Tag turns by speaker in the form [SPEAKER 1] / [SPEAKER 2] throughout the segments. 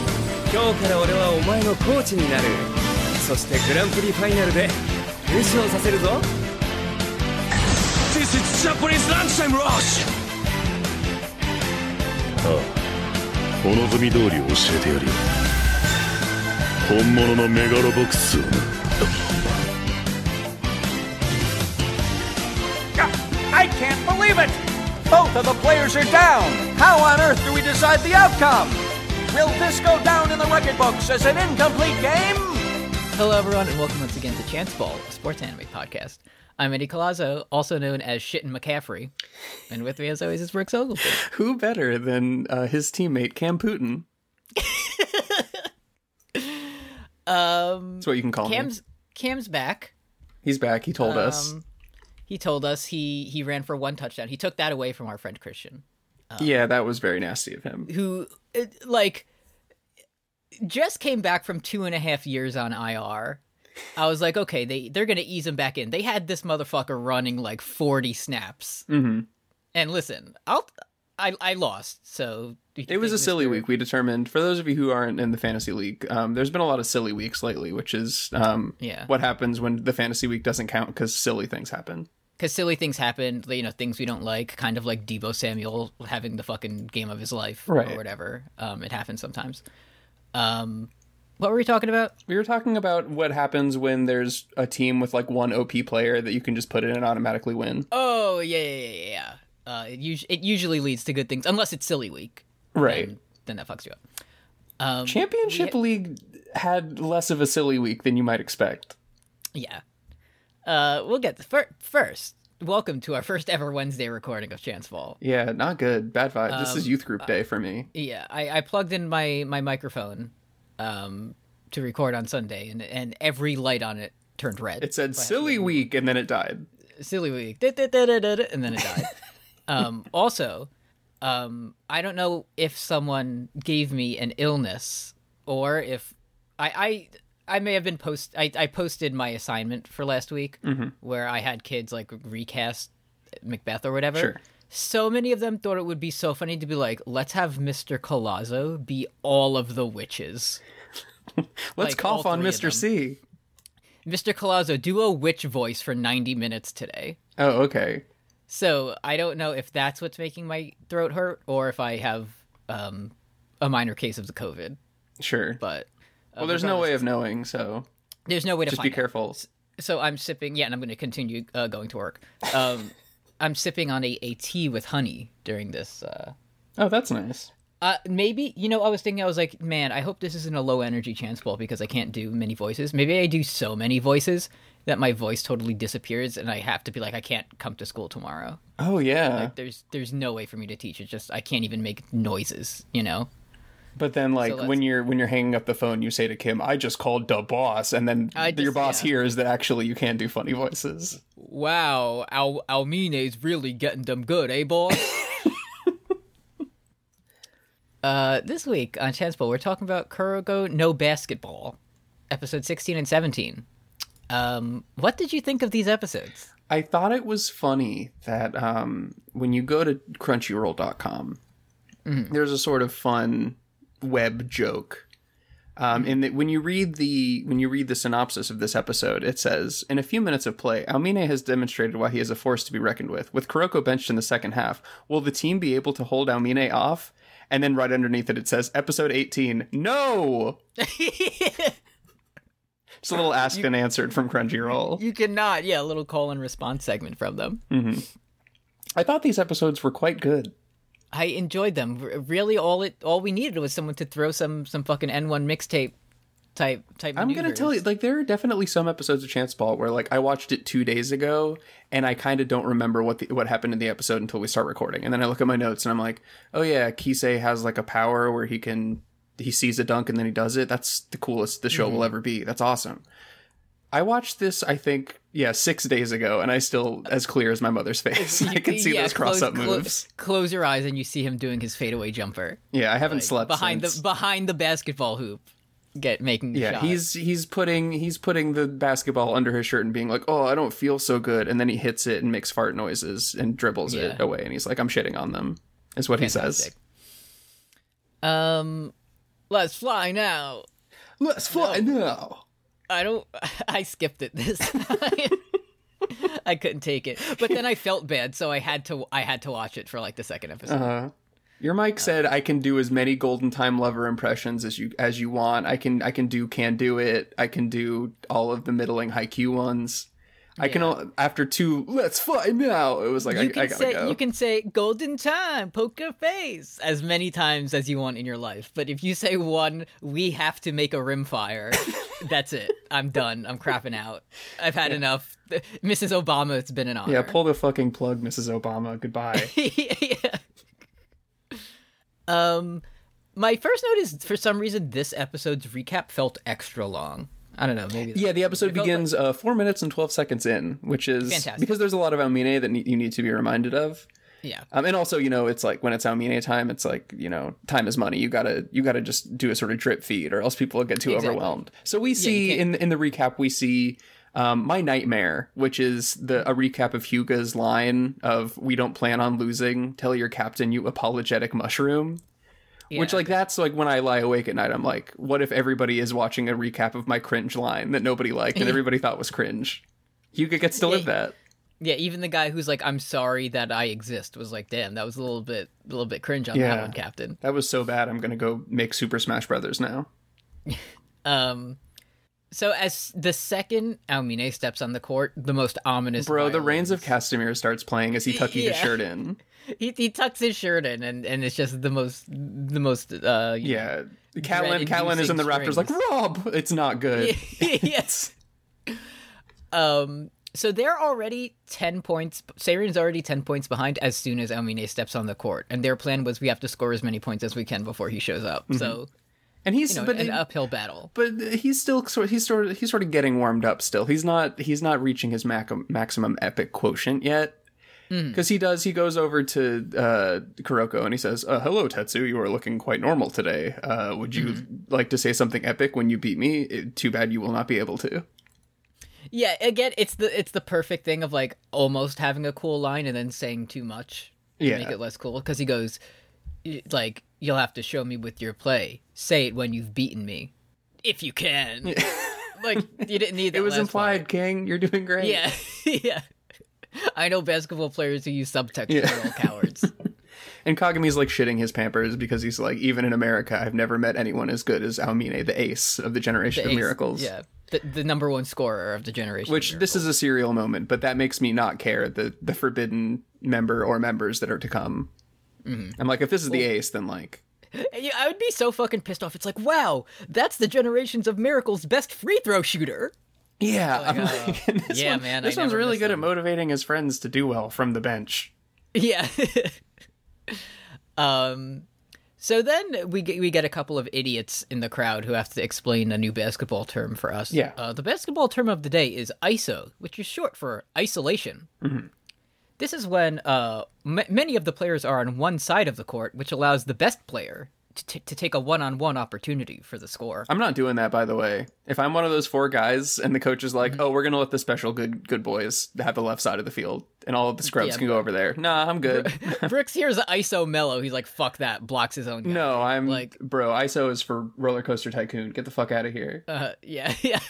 [SPEAKER 1] から俺はお前のコーチになるそしてグランプリファイナルで優勝させるぞ
[SPEAKER 2] This is Japanese lunchtime rush!
[SPEAKER 3] お望み通り教えてやるよ本物のメガロボックスをな
[SPEAKER 4] I can't believe it! Both of the players are down! How on earth do we decide the outcome? Will this go down in the record books as an incomplete game?
[SPEAKER 5] Hello, everyone, and welcome once again to Chance Ball, a sports anime podcast. I'm Eddie Colazzo, also known as Shittin' McCaffrey, and with me, as always, is Brooks Ogilvie.
[SPEAKER 6] Who better than uh, his teammate Cam Putin? um, That's what you can call him.
[SPEAKER 5] Cam's um, Cam's back.
[SPEAKER 6] He's back. He told us.
[SPEAKER 5] He told us he he ran for one touchdown. He took that away from our friend Christian, uh,
[SPEAKER 6] yeah, that was very nasty of him.
[SPEAKER 5] who it, like just came back from two and a half years on IR. I was like, okay, they they're gonna ease him back in. They had this motherfucker running like forty snaps. Mm-hmm. And listen, I'll I I lost, so
[SPEAKER 6] It was a silly week. We determined for those of you who aren't in the fantasy league, um, there's been a lot of silly weeks lately, which is um,
[SPEAKER 5] Yeah.
[SPEAKER 6] what happens when the fantasy week doesn't count because silly things happen.
[SPEAKER 5] because silly things happen, you know, things we don't like, kind of like Debo Samuel having the fucking game of his life
[SPEAKER 6] Right.
[SPEAKER 5] or whatever. Um, it happens sometimes. Um, what were we talking about?
[SPEAKER 6] We were talking about what happens when there's a team with like one OP player that you can just put in and automatically win.
[SPEAKER 5] Oh yeah, yeah, yeah, yeah. yeah. Uh, it, us- it usually leads to good things, unless it's silly week.
[SPEAKER 6] Right.
[SPEAKER 5] Then, then that fucks you up.
[SPEAKER 6] Championship league had less of a silly week than you might expect.
[SPEAKER 5] Yeah. Uh, we'll get the fir- first. Welcome to our first ever Wednesday recording of Chance Fall.
[SPEAKER 6] Yeah, not good. Bad vibe. this
[SPEAKER 5] Um,
[SPEAKER 6] is youth
[SPEAKER 5] uh,
[SPEAKER 6] group day for me.
[SPEAKER 5] Yeah, I, I plugged in my my microphone um, to record on Sunday, and and every light on it turned red.
[SPEAKER 6] It said silly week and then it died.
[SPEAKER 5] silly week, Da-da-da-da-da-da, and then it died. um, also, um, I don't know if someone gave me an illness or if I I, I may have been post I, I posted my assignment for last week where I had kids like recast Macbeth or whatever.
[SPEAKER 6] Sure.
[SPEAKER 5] So many of them thought it would be so funny to be like, let's have Mr. Colazzo be all of the witches.
[SPEAKER 6] Let's
[SPEAKER 5] Like,
[SPEAKER 6] cough
[SPEAKER 5] all
[SPEAKER 6] on
[SPEAKER 5] three of them.
[SPEAKER 6] Mr. C.
[SPEAKER 5] Mr. Colazzo, do a witch voice for 90 minutes today.
[SPEAKER 6] Oh, okay.
[SPEAKER 5] So I don't know if that's what's making my throat hurt or if I have um, a minor case of the COVID.
[SPEAKER 6] Sure.
[SPEAKER 5] But uh,
[SPEAKER 6] well, there's no way of knowing, so
[SPEAKER 5] there's no way to
[SPEAKER 6] just be
[SPEAKER 5] find out.
[SPEAKER 6] careful.
[SPEAKER 5] So I'm sipping. Yeah, and I'm going to continue uh, going to work. Um, I'm sipping on a, a tea with honey during this. Uh,
[SPEAKER 6] Oh, that's nice.
[SPEAKER 5] uh, maybe you know I was thinking I was like, man, I hope this isn't a low energy chance ball because I can't do many voices. Maybe I do so many voices that my voice totally disappears and I have to be like, I can't come to school tomorrow.
[SPEAKER 6] Oh, yeah.
[SPEAKER 5] there's there's no way for me to teach it just i can't even make noises you know
[SPEAKER 6] but then like
[SPEAKER 5] let's-
[SPEAKER 6] when you're when you're hanging up the phone, you say to Kim, "I just called the boss," and then
[SPEAKER 5] I just-
[SPEAKER 6] your boss
[SPEAKER 5] yeah.
[SPEAKER 6] hears that actually you can do funny voices.
[SPEAKER 5] wow Al- almine's really getting them good eh boy uh this week on chance ball we're talking about kurogo no basketball episode 16 and 17 um what did you think of these episodes
[SPEAKER 6] I thought it was funny that um, when you go to crunchyroll.com, there's a sort of fun web joke. Um, in that when you read the when you read the synopsis of this episode, it says, "In a few minutes of play, Almine has demonstrated why he is a force to be reckoned with. With Kuroko benched in the second half, will the team be able to hold Almine off?" And then right underneath it, it says, "Episode 18, no." Just a little asked and answered from Crunchyroll.
[SPEAKER 5] you cannot yeah a little call and response segment from them
[SPEAKER 6] I thought these episodes were quite good.
[SPEAKER 5] I enjoyed them. R- really, all it all we needed was someone to throw some some fucking N one mixtape type type.
[SPEAKER 6] I'm gonna tell you, like, there are definitely some episodes of Chance Ball where, like, I watched it two days ago, and I kind of don't remember what the, what happened in the episode until we start recording, and then I look at my notes and I'm like, oh yeah, Kisei has like a power where he can he sees a dunk and then he does it. That's the coolest the
[SPEAKER 5] Mm-hmm.
[SPEAKER 6] show will ever be. That's awesome. I watched this, I think, yeah, six days ago, and I still as clear as my mother's face. I can see
[SPEAKER 5] Yeah,
[SPEAKER 6] those cross up
[SPEAKER 5] close- clo-
[SPEAKER 6] moves.
[SPEAKER 5] close your eyes and you see him doing his fadeaway jumper
[SPEAKER 6] Yeah, I haven't slept
[SPEAKER 5] behind
[SPEAKER 6] since.
[SPEAKER 5] the behind the basketball hoop. Get making the
[SPEAKER 6] Yeah,
[SPEAKER 5] shot.
[SPEAKER 6] he's he's putting he's putting the basketball under his shirt and being like, "Oh, I don't feel so good," and then he hits it and makes fart noises and dribbles it
[SPEAKER 5] Yeah.
[SPEAKER 6] away, and he's like, "I'm shitting on them," is what he says.
[SPEAKER 5] Um, Let's fly now.
[SPEAKER 6] Let's fly now.
[SPEAKER 5] I don't. I skipped it this time. I couldn't take it, but then I felt bad, so I had to. I had to watch it for like the second episode.
[SPEAKER 6] Your mic said I can do as many Golden Time Lover impressions as you as you want. I can I can do can do it. I can do all of the middling haiku ones. I can all, after two. Let's fly now. It was like
[SPEAKER 5] you
[SPEAKER 6] I,
[SPEAKER 5] can
[SPEAKER 6] I gotta
[SPEAKER 5] say
[SPEAKER 6] go.
[SPEAKER 5] you can say golden time poker face as many times as you want in your life but if you say one we have to make a rim fire that's it i'm done i'm crapping out i've had enough mrs obama it's been an honor
[SPEAKER 6] yeah, pull the fucking plug, Mrs. Obama. Goodbye.
[SPEAKER 5] yeah. Um, my first note is for some reason this episode's recap felt extra long. I don't know, maybe.
[SPEAKER 6] yeah, the episode
[SPEAKER 5] felt like-
[SPEAKER 6] begins uh, four minutes and twelve seconds in, which is
[SPEAKER 5] Fantastic.
[SPEAKER 6] because there's a lot of Almine that ne- you need to be reminded of.
[SPEAKER 5] yeah,
[SPEAKER 6] Um, and also, you know, it's like when it's Almine time, it's like you know, time is money. You gotta you gotta just do a sort of drip feed, or else people will get too
[SPEAKER 5] Exactly.
[SPEAKER 6] overwhelmed. So we
[SPEAKER 5] you
[SPEAKER 6] see in in the recap, we see um, my nightmare, which is the a recap of Huga's line of "We don't plan on losing. Tell your captain you apologetic mushroom." Which
[SPEAKER 5] Yeah.
[SPEAKER 6] like that's like when I lie awake at night, I'm like, what if everybody is watching a recap of my cringe line that nobody liked and everybody thought was cringe? Huga gets to live that.
[SPEAKER 5] yeah. Even the guy who's like, "I'm sorry that I exist," was like, "Damn, that was a little bit, a little bit cringe on that
[SPEAKER 6] Yeah.
[SPEAKER 5] one, Captain."
[SPEAKER 6] That was so bad. I'm gonna go make Super Smash Brothers now.
[SPEAKER 5] Um, so as the second Almine steps on the court, the most ominous
[SPEAKER 6] Bro, the
[SPEAKER 5] violin-
[SPEAKER 6] Reigns of Castamere starts playing as he tucking his
[SPEAKER 5] Yeah.
[SPEAKER 6] shirt in.
[SPEAKER 5] he, he tucks his shirt in, and and it's just the most, the most. Uh, you
[SPEAKER 6] Yeah. Callan, Callan is in the
[SPEAKER 5] Dread-inducing
[SPEAKER 6] Raptors like, Rob! It's not good.
[SPEAKER 5] yes. Um. So they're already ten points. Saren's already ten points behind as soon as Almine steps on the court, and their plan was we have to score as many points as we can before he shows up. So
[SPEAKER 6] And he's
[SPEAKER 5] you know,
[SPEAKER 6] Mhm. but,
[SPEAKER 5] an uphill battle.
[SPEAKER 6] but he's still sort he's sort of, he's sort of getting warmed up still. He's not he's not reaching his mac- maximum epic quotient yet.
[SPEAKER 5] Hmm.
[SPEAKER 6] Because he does, he goes over to uh, Kuroko and he says, uh, "Hello, Tetsu. You are looking quite normal today. Uh, would you
[SPEAKER 5] Hmm.
[SPEAKER 6] like to say something epic when you beat me? It- too bad you will not be able to."
[SPEAKER 5] Yeah. Again, it's the it's the perfect thing of like almost having a cool line and then saying too much to
[SPEAKER 6] Yeah.
[SPEAKER 5] make it less cool because he goes y- like you'll have to show me with your play. Say it when you've beaten me, if you can. like you didn't need that.
[SPEAKER 6] It was
[SPEAKER 5] last line.
[SPEAKER 6] implied, King. You're doing great.
[SPEAKER 5] Yeah, yeah. I know basketball players who use subtext.
[SPEAKER 6] Yeah.
[SPEAKER 5] They're all cowards.
[SPEAKER 6] And Kagami's like shitting his pampers because he's like, even in America, I've never met anyone as good as Aomine, the ace of the generation of
[SPEAKER 5] Ace-
[SPEAKER 6] miracles.
[SPEAKER 5] Yeah, the, the number one scorer of the generation.
[SPEAKER 6] Which
[SPEAKER 5] here.
[SPEAKER 6] this is a serial moment, but that makes me not care the the forbidden member or members that are to come. I'm like, if this is the ace, then like,
[SPEAKER 5] Yeah, I would be so fucking pissed off. It's like, wow, that's the generations of miracles best free throw shooter.
[SPEAKER 6] yeah, I'm like, and this
[SPEAKER 5] yeah,
[SPEAKER 6] one-
[SPEAKER 5] man, I
[SPEAKER 6] This one's
[SPEAKER 5] uh, never
[SPEAKER 6] really
[SPEAKER 5] miss
[SPEAKER 6] good
[SPEAKER 5] them.
[SPEAKER 6] at motivating his friends to do well from the bench.
[SPEAKER 5] Yeah. um. So then we get, we get a couple of idiots in the crowd who have to explain a new basketball term for us.
[SPEAKER 6] Yeah.
[SPEAKER 5] Uh, the basketball term of the day is ISO, which is short for isolation.
[SPEAKER 6] Mm-hmm.
[SPEAKER 5] This is when uh, m- many of the players are on one side of the court, which allows the best player to, t- to take a one on one opportunity for the score.
[SPEAKER 6] I'm not doing that, by the way. If I'm one of those four guys and the coach is like, "Oh, we're gonna let the special good good boys have the left side of the field, and all of the scrubs
[SPEAKER 5] Yeah.
[SPEAKER 6] can go over there," nah, I'm good.
[SPEAKER 5] Brooks hears ISO mellow. He's like, fuck that, blocks his own guy.
[SPEAKER 6] No, I'm
[SPEAKER 5] Like-
[SPEAKER 6] like, bro, ISO is for Roller Coaster Tycoon. Get the fuck out of here.
[SPEAKER 5] Uh, yeah, yeah.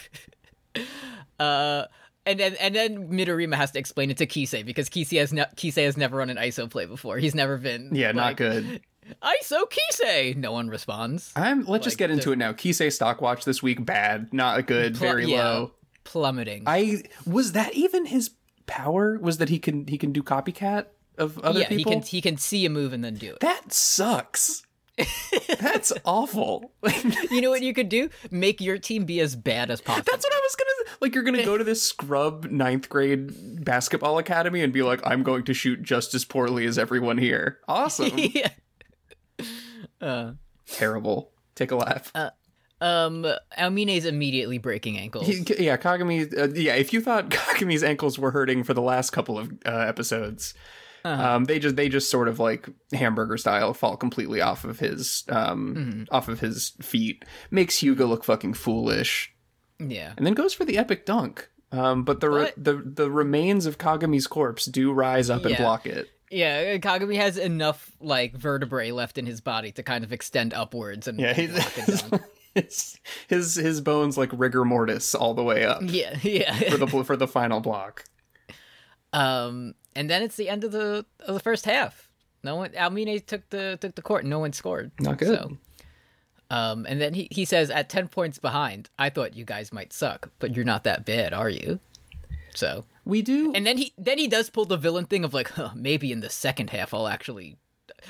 [SPEAKER 5] Uh, and then and then Midorima has to explain it to Kisei because Kisei has ne- Kisei has never run an ISO play before. He's never been
[SPEAKER 6] yeah, not
[SPEAKER 5] like,
[SPEAKER 6] good.
[SPEAKER 5] ISO Kisei. No one responds.
[SPEAKER 6] I'm. Let's just get into it now. Kisei stock watch this week bad, not good,
[SPEAKER 5] Pl-
[SPEAKER 6] very
[SPEAKER 5] yeah,
[SPEAKER 6] low.
[SPEAKER 5] plummeting.
[SPEAKER 6] I was that even his power was that he can he can do copycat of other
[SPEAKER 5] yeah,
[SPEAKER 6] people.
[SPEAKER 5] he can he can see a move and then do it.
[SPEAKER 6] that sucks. That's awful. That's
[SPEAKER 5] you know what you could do? Make your team be as bad as possible.
[SPEAKER 6] what I was gonna like. You're gonna go to this scrub ninth grade basketball academy and be like, "I'm going to shoot just as poorly as everyone here." Awesome,
[SPEAKER 5] yeah.
[SPEAKER 6] terrible. Take a laugh.
[SPEAKER 5] Um, Almine's immediately breaking ankles.
[SPEAKER 6] He- yeah, Kagami. Uh, yeah, if you thought Kagami's ankles were hurting for the last couple of uh, episodes,
[SPEAKER 5] Uh-huh.
[SPEAKER 6] um, they just they just sort of like hamburger style fall completely off of his um,
[SPEAKER 5] Mm-hmm.
[SPEAKER 6] off of his feet. Makes Hugo look fucking foolish,
[SPEAKER 5] yeah.
[SPEAKER 6] and then goes for the epic dunk. Um, but the re-
[SPEAKER 5] But-
[SPEAKER 6] the the remains of Kagami's corpse do rise up and
[SPEAKER 5] Yeah.
[SPEAKER 6] block it.
[SPEAKER 5] Yeah, Kagami has enough like vertebrae left in his body to kind of extend upwards and
[SPEAKER 6] Yeah, he's,
[SPEAKER 5] walk it down.
[SPEAKER 6] his his his bones like rigor mortis all the way up
[SPEAKER 5] yeah, yeah.
[SPEAKER 6] for the bl- for the final block.
[SPEAKER 5] Um, and then it's the end of the of the first half. No one Almine took the took the court. and No one scored.
[SPEAKER 6] Not good.
[SPEAKER 5] So, um, and then he, he says, at ten points behind, I thought you guys might suck, but you're not that bad, are you? So
[SPEAKER 6] We do
[SPEAKER 5] and then he then he does pull the villain thing of like, huh, maybe in the second half I'll actually.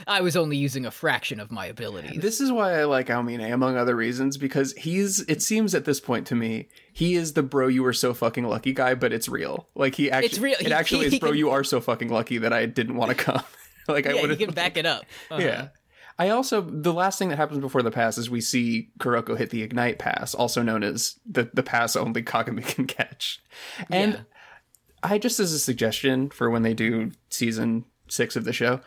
[SPEAKER 5] I was only using a fraction of my abilities.
[SPEAKER 6] This is why I like Almine, among other reasons, because he's, it seems at this point to me, he is the bro you were so fucking lucky guy, but it's real. Like, he actually,
[SPEAKER 5] It's real.
[SPEAKER 6] it
[SPEAKER 5] He-
[SPEAKER 6] actually
[SPEAKER 5] he
[SPEAKER 6] is bro
[SPEAKER 5] can-
[SPEAKER 6] you are so fucking lucky that I didn't want to come. like, I
[SPEAKER 5] yeah,
[SPEAKER 6] would
[SPEAKER 5] you
[SPEAKER 6] have,
[SPEAKER 5] can back it up. Uh-huh.
[SPEAKER 6] yeah. I also, the last thing that happens before the pass is we see Kuroko hit the ignite pass, also known as the, the pass only Kagami can catch. And
[SPEAKER 5] Yeah.
[SPEAKER 6] I just as a suggestion for when they do season six of the show,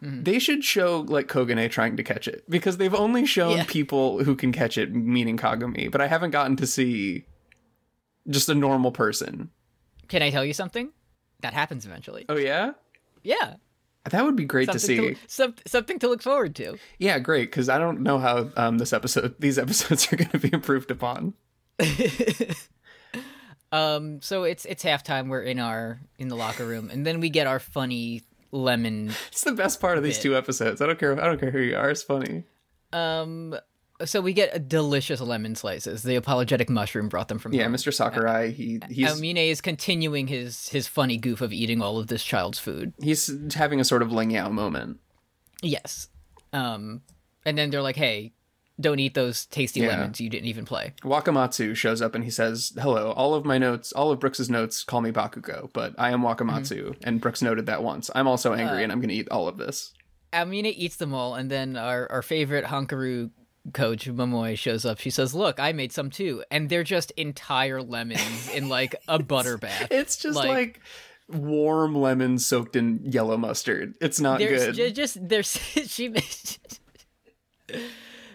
[SPEAKER 5] Mm-hmm.
[SPEAKER 6] they should show like Kogane trying to catch it because they've only shown
[SPEAKER 5] Yeah.
[SPEAKER 6] people who can catch it, meaning Kagami. But I haven't gotten to see just a normal person.
[SPEAKER 5] Can I tell you something? That happens eventually.
[SPEAKER 6] Oh yeah,
[SPEAKER 5] Yeah.
[SPEAKER 6] that would be great to see.
[SPEAKER 5] Something to, some, something to look forward to.
[SPEAKER 6] Yeah, great because I don't know how um, this episode, these episodes are going to be improved upon.
[SPEAKER 5] Um, so it's it's halftime. We're in our in the locker room, and then we get our funny lemon.
[SPEAKER 6] It's the best part of these two episodes. I don't care. I don't care who you are. It's funny.
[SPEAKER 5] Um, so we get a delicious lemon slices. The apologetic mushroom brought them from.
[SPEAKER 6] Yeah,
[SPEAKER 5] home.
[SPEAKER 6] Mr. Sakurai. He he's
[SPEAKER 5] Amine is continuing his his funny goof of eating all of this child's food.
[SPEAKER 6] he's having a sort of Ling Yao moment.
[SPEAKER 5] Yes. Um, and then they're like, "Hey, don't eat those tasty
[SPEAKER 6] Yeah.
[SPEAKER 5] lemons. You didn't even play."
[SPEAKER 6] Wakamatsu shows up and he says, "Hello, all of my notes, all of Brooks's notes call me Bakugo, but I am Wakamatsu." And Brooks noted that once. I'm also angry and I'm going to eat all of this.
[SPEAKER 5] Amina eats them all, and then our, our favorite Hankaru coach, Momoi, shows up. She says, Look, I made some too. And they're just entire lemons in like a butter bath.
[SPEAKER 6] It's just like,
[SPEAKER 5] Like-
[SPEAKER 6] warm lemon soaked in yellow mustard. It's not
[SPEAKER 5] There's
[SPEAKER 6] good.
[SPEAKER 5] ju- just, there's, she made,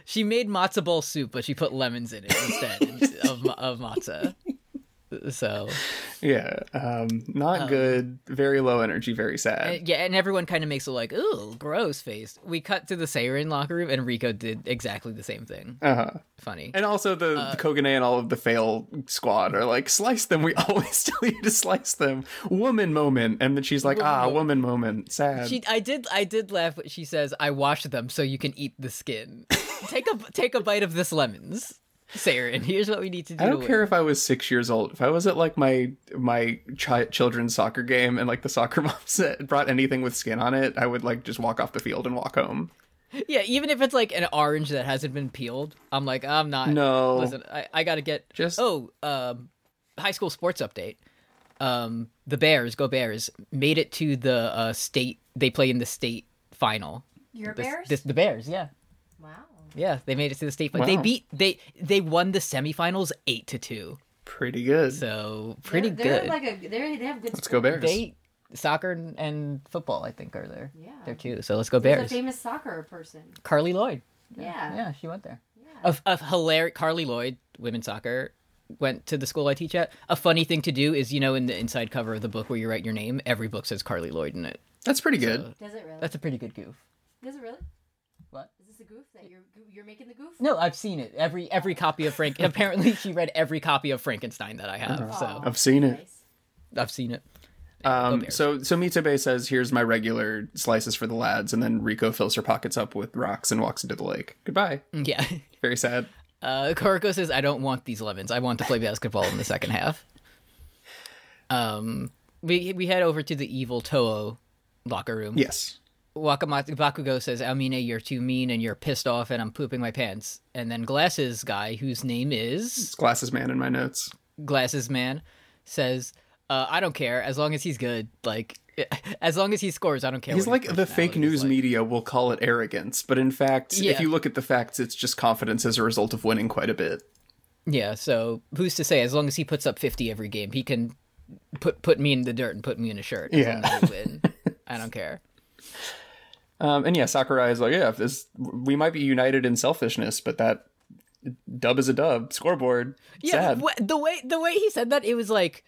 [SPEAKER 5] she made matzo ball soup, but she put lemons in it instead of, ma- of matzo. So,
[SPEAKER 6] yeah, um, not good. Very low energy. Very sad.
[SPEAKER 5] yeah, and everyone kind of makes a like, ooh, gross face. We cut to the Seirin locker room, and Rico did exactly the same thing. Uh huh. Funny.
[SPEAKER 6] Uh-huh. and also the,
[SPEAKER 5] Uh,
[SPEAKER 6] the Kogane and all of the fail squad are like, slice them. We always tell you to slice them. Woman moment. And then she's like, ah, woman moment. Sad.
[SPEAKER 5] She, I did, I did laugh. when She says, "I washed them so you can eat the skin. take a, take a bite of this lemons, Sarah, and here's what we need to do."
[SPEAKER 6] I
[SPEAKER 5] to
[SPEAKER 6] don't
[SPEAKER 5] win."
[SPEAKER 6] care if I was six years old. If I was at like my my chi- children's soccer game and like the soccer mom said brought anything with skin on it, I would like just walk off the field and walk home.
[SPEAKER 5] Yeah, even if it's like an orange that hasn't been peeled, I'm like, I'm not.
[SPEAKER 6] No.
[SPEAKER 5] listen, I, I gotta get
[SPEAKER 6] Just-
[SPEAKER 5] Oh, um, high school sports update. Um, the Bears, go Bears, made it to the uh, state. They play in the state final.
[SPEAKER 7] Your
[SPEAKER 5] This-
[SPEAKER 7] bears?
[SPEAKER 5] this- the Bears, yeah,
[SPEAKER 7] wow.
[SPEAKER 5] yeah, they made it to the state. But they
[SPEAKER 6] Wow.
[SPEAKER 5] beat they they won the semifinals eight to two.
[SPEAKER 6] Pretty good.
[SPEAKER 5] So pretty
[SPEAKER 7] they're, they're
[SPEAKER 5] good.
[SPEAKER 7] Like a, they're, they have good.
[SPEAKER 6] Let's go Bears.
[SPEAKER 5] they soccer and, and football i think are there
[SPEAKER 7] Yeah.
[SPEAKER 5] they're two so let's go
[SPEAKER 7] There's a
[SPEAKER 5] bears
[SPEAKER 7] famous soccer person.
[SPEAKER 5] carly lloyd
[SPEAKER 7] Yeah.
[SPEAKER 5] yeah she went there
[SPEAKER 7] Yeah.
[SPEAKER 5] of of hilarious carly lloyd women's soccer went to the school i teach at a funny thing to do is you know in the inside cover of the book where you write your name every book says carly lloyd in it
[SPEAKER 6] That's pretty good.
[SPEAKER 7] Does it really?
[SPEAKER 5] that's a pretty good goof
[SPEAKER 7] Does it really?
[SPEAKER 5] What?
[SPEAKER 7] Is this a goof that you're you're making the goof?
[SPEAKER 5] no i've seen it every every copy of frank apparently she read every copy of frankenstein that i
[SPEAKER 7] Mm-hmm.
[SPEAKER 5] have so
[SPEAKER 6] I've seen it.
[SPEAKER 7] Nice.
[SPEAKER 5] i've seen it
[SPEAKER 6] Um,
[SPEAKER 5] Bears.
[SPEAKER 6] so so Mitabe says, "Here's my regular slices for the lads," and then Rico fills her pockets up with rocks and walks into the lake. Goodbye.
[SPEAKER 5] yeah
[SPEAKER 6] Very sad.
[SPEAKER 5] Uh, Koriko says, "I don't want these lemons. I want to play basketball in the second half." Um, we we head over to the evil Toho locker room.
[SPEAKER 6] Yes.
[SPEAKER 5] Wakamatsu Bakugo says, "Almine, you're too mean, and you're pissed off, and I'm pooping my pants." And then Glasses guy, whose name is
[SPEAKER 6] Glasses man in my notes.
[SPEAKER 5] Glasses Man, says, uh, "I don't care as long as he's good. Like, as long as he scores, I don't care."
[SPEAKER 6] He's
[SPEAKER 5] what his
[SPEAKER 6] like the fake
[SPEAKER 5] personality is
[SPEAKER 6] news
[SPEAKER 5] like."
[SPEAKER 6] media will call it arrogance, but in fact, if
[SPEAKER 5] Yeah.
[SPEAKER 6] you look at the facts, it's just confidence as a result of winning quite a bit.
[SPEAKER 5] Yeah, so who's to say? As long as he puts up fifty every game, he can put put me in the dirt and put me in a shirt. As
[SPEAKER 6] Yeah.
[SPEAKER 5] long as I win, I don't care.
[SPEAKER 6] Um, and yeah, Sakurai is like, yeah, if this we might be united in selfishness, but that dub is a dub. Scoreboard.
[SPEAKER 5] Yeah,
[SPEAKER 6] Sad.
[SPEAKER 5] wh- the way the way he said that, it was like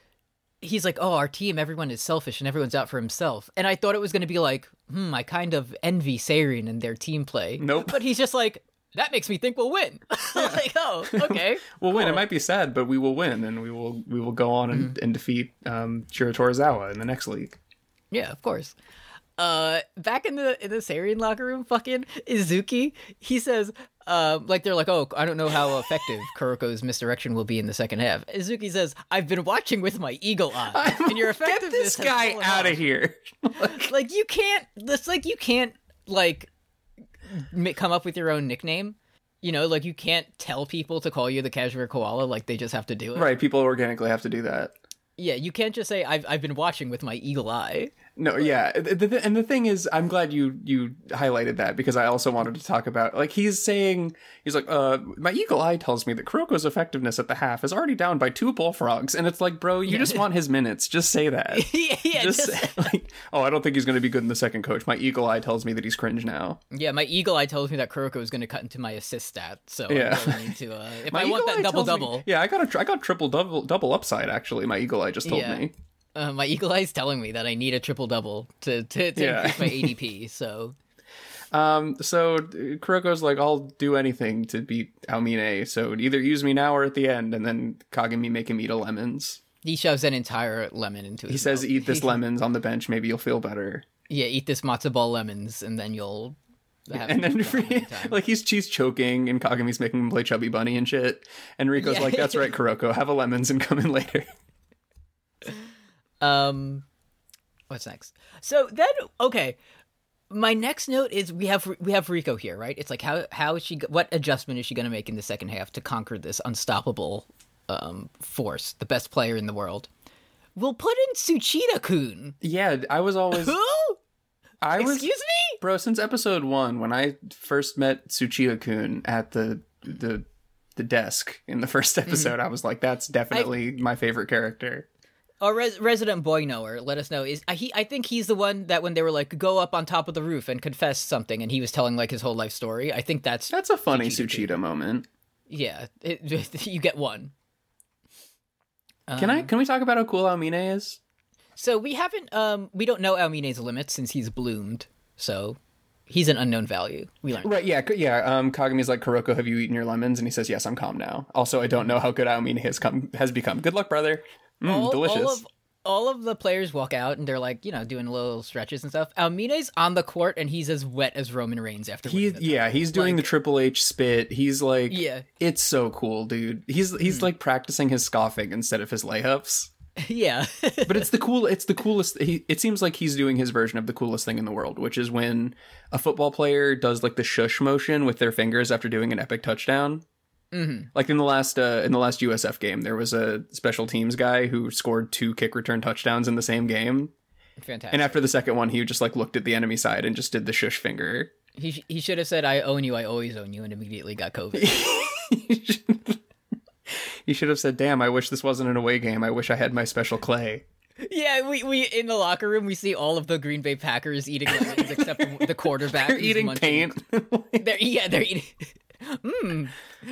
[SPEAKER 5] he's like, "Oh, our team, everyone is selfish and everyone's out for himself." And I thought it was going to be like, "Hmm, I kind of envy Sarian and their team play."
[SPEAKER 6] Nope.
[SPEAKER 5] But he's just like, "That makes me think we'll win." like, oh, okay.
[SPEAKER 6] We'll win. It might be sad, but we will win, and we will we will go on and,
[SPEAKER 5] Mm-hmm.
[SPEAKER 6] and defeat um, Chiro Torizawa in the next league.
[SPEAKER 5] Yeah, of course. Uh, back in the in the Sarian locker room, fucking Izuki, he says, um, like they're like, oh, I don't know how effective Kuroko's misdirection will be in the second half. Izuki says, I've been watching with my eagle eye, and your
[SPEAKER 6] Get
[SPEAKER 5] effectiveness.
[SPEAKER 6] this
[SPEAKER 5] has
[SPEAKER 6] guy
[SPEAKER 5] fallen
[SPEAKER 6] out
[SPEAKER 5] off."
[SPEAKER 6] of here.
[SPEAKER 5] Like you can't. That's like you can't like m- come up with your own nickname. You know, like you can't tell people to call you the cashmere koala. Like they just have to do it.
[SPEAKER 6] right, people organically have to do that.
[SPEAKER 5] Yeah, you can't just say I've I've been watching with my eagle eye.
[SPEAKER 6] No, yeah, Th- th- and the thing is, I'm glad you you highlighted that because I also wanted to talk about like he's saying he's like, uh, my eagle eye tells me that Kuroko's effectiveness at the half is already down by two bullfrogs, and it's like, bro, you just want his minutes, just say that.
[SPEAKER 5] yeah, yeah,
[SPEAKER 6] just
[SPEAKER 5] just-
[SPEAKER 6] say- like, oh, I don't think he's going to be good in the second coach. My eagle eye tells me that he's cringe now.
[SPEAKER 5] Yeah, my eagle eye tells me that Kuroko is going to cut into my assist stat, so
[SPEAKER 6] Yeah.
[SPEAKER 5] I really need to. Uh, if
[SPEAKER 6] My
[SPEAKER 5] I want
[SPEAKER 6] eagle
[SPEAKER 5] that
[SPEAKER 6] eye
[SPEAKER 5] double
[SPEAKER 6] tells me-
[SPEAKER 5] double,
[SPEAKER 6] yeah, I got a tr- I got triple double double upside actually. My eagle eye just told
[SPEAKER 5] Yeah.
[SPEAKER 6] me.
[SPEAKER 5] uh, my eagle eye is telling me that I need a triple double to to, to
[SPEAKER 6] Yeah.
[SPEAKER 5] increase my ADP. So
[SPEAKER 6] Um, so uh, Kuroko's like, I'll do anything to beat Almine. So either use me now or at the end, and then Kagami make him eat a lemons.
[SPEAKER 5] he shoves an entire lemon into.
[SPEAKER 6] He says, "Eat this lemons on the bench. Maybe you'll feel better."
[SPEAKER 5] Yeah, eat this matzo ball lemons, and then you'll. Have
[SPEAKER 6] And then,
[SPEAKER 5] ramen time."
[SPEAKER 6] like he's he's choking, and Kagami's making him play chubby bunny and shit. And Rico's
[SPEAKER 5] Yeah.
[SPEAKER 6] like, "That's right, Kuroko. Have a lemons and come in later."
[SPEAKER 5] Um, what's next? So then, okay, my next note is we have we have Rico here, right? It's like how how is she? What adjustment is she going to make in the second half to conquer this unstoppable um force, the best player in the world? We'll put in Suchita Kun.
[SPEAKER 6] Yeah, I was always
[SPEAKER 5] Who?
[SPEAKER 6] I was
[SPEAKER 5] Excuse me?
[SPEAKER 6] bro since episode one when i first met tsuchiya kun at the the the desk in the first episode Mm-hmm. i was like that's definitely my favorite character
[SPEAKER 5] Our res- resident boy knower, let us know. Is uh, he? I think he's the one that when they were like, go up on top of the roof and confess something, and he was telling like his whole life story. I think that's
[SPEAKER 6] that's a funny tsuchiya moment
[SPEAKER 5] yeah. It, you get one.
[SPEAKER 6] can i can we talk about how cool amine is
[SPEAKER 5] So we haven't um we don't know Almine's limits since he's bloomed. So he's an unknown value. We learned.
[SPEAKER 6] right yeah c- yeah um kagami's like kuroko have you eaten your lemons and he says yes i'm calm now also i don't know how good amine has come has become good luck brother mm,
[SPEAKER 5] all,
[SPEAKER 6] delicious
[SPEAKER 5] All of, all of the players walk out and they're like, you know, doing little stretches and stuff. Almine's on the court and he's as wet as Roman Reigns after
[SPEAKER 6] He,
[SPEAKER 5] winning the
[SPEAKER 6] yeah, he's doing the Triple H spit. He's like,
[SPEAKER 5] Yeah. Mm-hmm.
[SPEAKER 6] it's so cool, dude. He's he's like practicing his scoffing instead of his layups.
[SPEAKER 5] Yeah.
[SPEAKER 6] but it's the cool it's the coolest he, it seems like he's doing his version of the coolest thing in the world which is when a football player does like the shush motion with their fingers after doing an epic touchdown mm-hmm. like in the last uh, in the last usf game there was a special teams guy who scored two kick return touchdowns in the same game
[SPEAKER 5] Fantastic.
[SPEAKER 6] and after the second one he just like looked at the enemy side and just did the shush finger
[SPEAKER 5] he, sh- he should have said, I own you, I always own you, and immediately got COVID.
[SPEAKER 6] he should have said damn i wish this wasn't an away game i wish i had my special clay
[SPEAKER 5] yeah, we, we in the locker room, we see all of the Green Bay Packers eating lemons except the quarterback.
[SPEAKER 6] they're
[SPEAKER 5] who's
[SPEAKER 6] eating
[SPEAKER 5] munching-
[SPEAKER 6] paint
[SPEAKER 5] They're, yeah, they're eating. Mmm,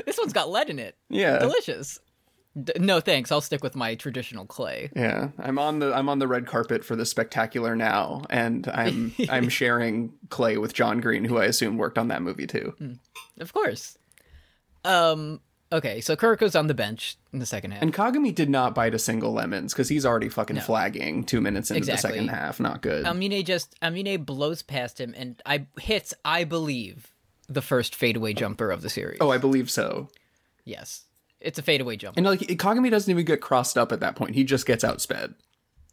[SPEAKER 5] this one's got lead in it.
[SPEAKER 6] yeah
[SPEAKER 5] delicious. D- no thanks. I'll stick with my traditional clay.
[SPEAKER 6] Yeah, I'm on the I'm on the red carpet for the spectacular now, and I'm I'm sharing clay with John Green, who I assume worked on that movie too.
[SPEAKER 5] Hmm. Of course. Um. Okay. So Kuroko's on the bench in the second half.
[SPEAKER 6] And Kagami did not bite a single lemons because he's already fucking flagging two minutes into
[SPEAKER 5] Exactly. Um,
[SPEAKER 6] the second half. Not good.
[SPEAKER 5] Amine just Amine blows past him and I hits. I believe the first fadeaway jumper of the series.
[SPEAKER 6] oh, I believe so.
[SPEAKER 5] yes, it's a fadeaway jumper.
[SPEAKER 6] And like Kagami doesn't even get crossed up at that point; he just gets outsped.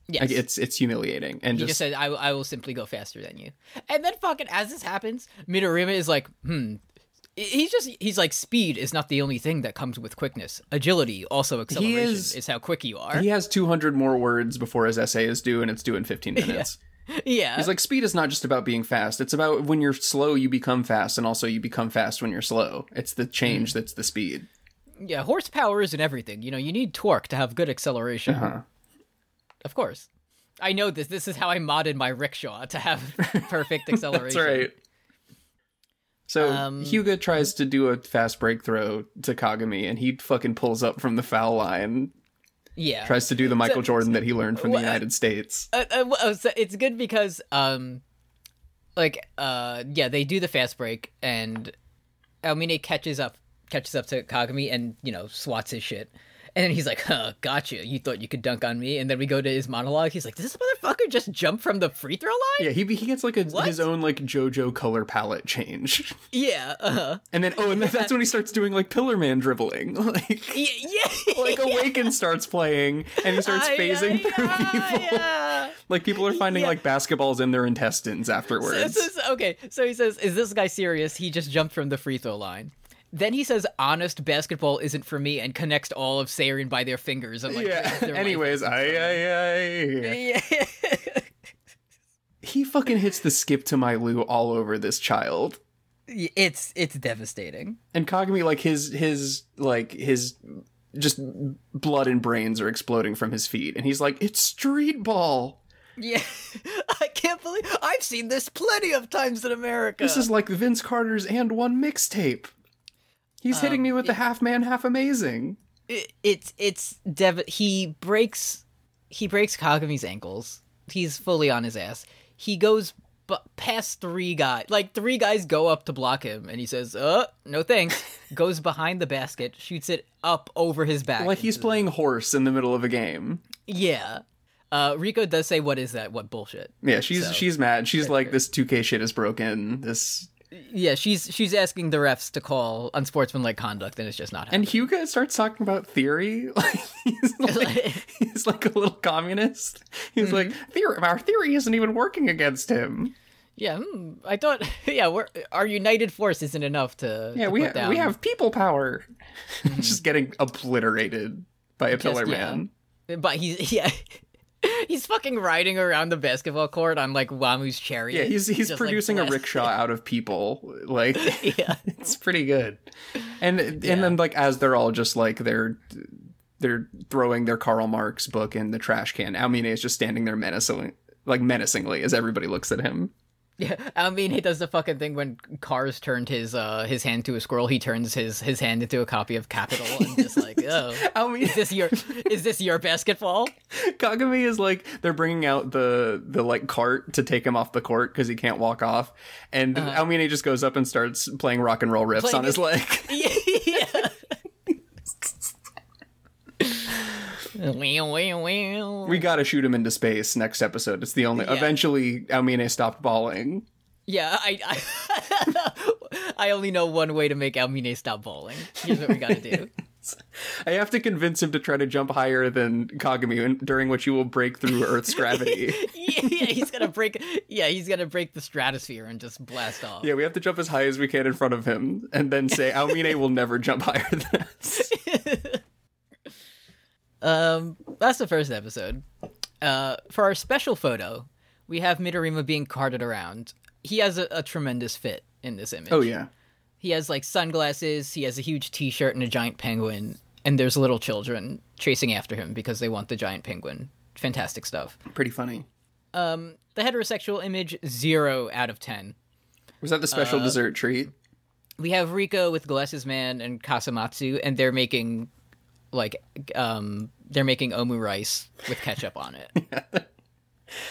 [SPEAKER 5] yes,
[SPEAKER 6] Like it's it's humiliating and
[SPEAKER 5] he
[SPEAKER 6] just,
[SPEAKER 5] just said, I, I will simply go faster than you." And then fucking as this happens, Midorima is like, "Hmm." He's just he's like, "Speed is not the only thing that comes with quickness. Agility, also acceleration,
[SPEAKER 6] is-
[SPEAKER 5] is, how quick you are."
[SPEAKER 6] he has 200 more words before his essay is due, and it's due in 15 minutes.
[SPEAKER 5] yeah.
[SPEAKER 6] It's like speed is not just about being fast. It's about when you're slow, you become fast, and also you become fast when you're slow. It's the
[SPEAKER 5] Mm.
[SPEAKER 6] change that's the speed.
[SPEAKER 5] Yeah, horsepower isn't everything. You know, you need torque to have good acceleration.
[SPEAKER 6] Uh-huh.
[SPEAKER 5] Of course. I know this. This is how I modded my rickshaw to have perfect acceleration.
[SPEAKER 6] That's right. So
[SPEAKER 5] Um,
[SPEAKER 6] Hyuga tries to do a fast break throw to Kagami, and he fucking pulls up from the foul line.
[SPEAKER 5] yeah.
[SPEAKER 6] Tries to do the Michael Jordan that he learned from the
[SPEAKER 5] Well, uh,
[SPEAKER 6] United States.
[SPEAKER 5] uh, uh, well, so it's good because um like uh yeah they do the fast break and Almine catches up catches up to Kagami and you know swats his shit and then he's like huh gotcha you thought you could dunk on me and then we go to his monologue he's like does this motherfucker just jump from the free throw line
[SPEAKER 6] Yeah, he, he gets like a, his own like JoJo color palette change,
[SPEAKER 5] yeah uh-huh.
[SPEAKER 6] and then oh, and then that's when he starts doing like Pillar Man dribbling, like
[SPEAKER 5] yeah, yeah.
[SPEAKER 6] like Awaken starts playing, and he starts
[SPEAKER 5] Ay,
[SPEAKER 6] phasing
[SPEAKER 5] ay,
[SPEAKER 6] through
[SPEAKER 5] ay,
[SPEAKER 6] people.
[SPEAKER 5] ah.
[SPEAKER 6] Like people are finding like basketballs in their intestines afterwards.
[SPEAKER 5] This is- okay, so he says, "Is this guy serious? He just jumped from the free throw line." Then he says, "Honest basketball isn't for me," and connects all of Sarian by their fingers. And, like,
[SPEAKER 6] yeah.
[SPEAKER 5] their life.
[SPEAKER 6] Anyways, I, I, I.
[SPEAKER 5] Yeah.
[SPEAKER 6] He fucking hits the skip to my Lou all over this child.
[SPEAKER 5] it's it's devastating.
[SPEAKER 6] And Kagami, like his his like his just blood and brains are exploding from his feet, and he's like, "It's street ball.
[SPEAKER 5] Yeah, I can't believe I've seen this plenty of times in America.
[SPEAKER 6] This is like Vince Carter's and one mixtape." He's hitting me with the half man, half amazing.
[SPEAKER 5] It- it's it's dev. He breaks he breaks Kagami's ankles. He's fully on his ass. He goes bu- past three guys. Like three guys go up to block him, and he says, "Uh, no thanks." goes behind the basket, shoots it up over his back.
[SPEAKER 6] Like he's
[SPEAKER 5] into the-
[SPEAKER 6] playing horse in the middle of a game.
[SPEAKER 5] yeah. Uh, Rico does say, "What is that? What bullshit?"
[SPEAKER 6] Yeah, she's
[SPEAKER 5] So-
[SPEAKER 6] she's mad. She's like, "This 2K shit is broken." This
[SPEAKER 5] Yeah, she's she's asking the refs to call unsportsmanlike conduct, and it's just not
[SPEAKER 6] And
[SPEAKER 5] happening.
[SPEAKER 6] Hyuga starts talking about theory. Like he's like, he's like a little communist. He's
[SPEAKER 5] Mm-hmm.
[SPEAKER 6] like, theory, our theory isn't even working against him.
[SPEAKER 5] yeah, hmm, I thought. Yeah, we're, our united force isn't enough to.
[SPEAKER 6] Yeah,
[SPEAKER 5] to
[SPEAKER 6] we
[SPEAKER 5] put
[SPEAKER 6] ha-
[SPEAKER 5] down. Mm-hmm.
[SPEAKER 6] we have people power. Just getting obliterated by a pillar
[SPEAKER 5] yeah.
[SPEAKER 6] man.
[SPEAKER 5] But he's yeah, he's fucking riding around the basketball court on like Wamu's chariot.
[SPEAKER 6] Yeah, he's he's
[SPEAKER 5] Just, like,
[SPEAKER 6] producing a
[SPEAKER 5] blast-
[SPEAKER 6] rickshaw out of people. Like
[SPEAKER 5] Yeah,
[SPEAKER 6] it's pretty good. And and then like as they're all just like they're they're throwing their Karl Marx book in the trash can. Almine is just standing there menacingly, like menacingly, as everybody looks at him.
[SPEAKER 5] yeah. I mean, he does the fucking thing when Cars turned his uh his hand to a squirrel. He turns his his hand into a copy of Capital and just like, oh,
[SPEAKER 6] Almine
[SPEAKER 5] is this your is this your basketball?
[SPEAKER 6] Kagami is like they're bringing out the the like cart to take him off the court because he can't walk off, and Almine just goes up and starts playing rock and roll riffs
[SPEAKER 5] Uh-huh. Playing
[SPEAKER 6] on his
[SPEAKER 5] it-
[SPEAKER 6] leg.
[SPEAKER 5] yeah. Wheel, wheel, wheel.
[SPEAKER 6] we gotta shoot him into space next episode. It's the only.
[SPEAKER 5] Yeah.
[SPEAKER 6] Eventually, Almine stopped bawling.
[SPEAKER 5] Yeah, I, I I only know one way to make Almine stop bawling. Here's what we gotta do.
[SPEAKER 6] I have to convince him to try to jump higher than Kagami, and- during which you will break through Earth's gravity.
[SPEAKER 5] yeah, yeah, he's gonna break. Yeah, he's gonna break the stratosphere and just blast off.
[SPEAKER 6] yeah, we have to jump as high as we can in front of him, and then say Almine will never jump higher than us.
[SPEAKER 5] Um, that's the first episode. Uh, for our special photo, we have Midorima being carted around. He has a, a tremendous fit in this image.
[SPEAKER 6] Oh yeah.
[SPEAKER 5] He has like sunglasses. He has a huge T-shirt and a giant penguin. And there's little children chasing after him because they want the giant penguin. Fantastic stuff.
[SPEAKER 6] Pretty funny.
[SPEAKER 5] The heterosexual image zero out of ten.
[SPEAKER 6] Was that the
[SPEAKER 5] Uh,
[SPEAKER 6] special dessert treat?
[SPEAKER 5] we have Rico with Glasses Man and Kasamatsu, and they're making like um they're making omu rice with ketchup on it.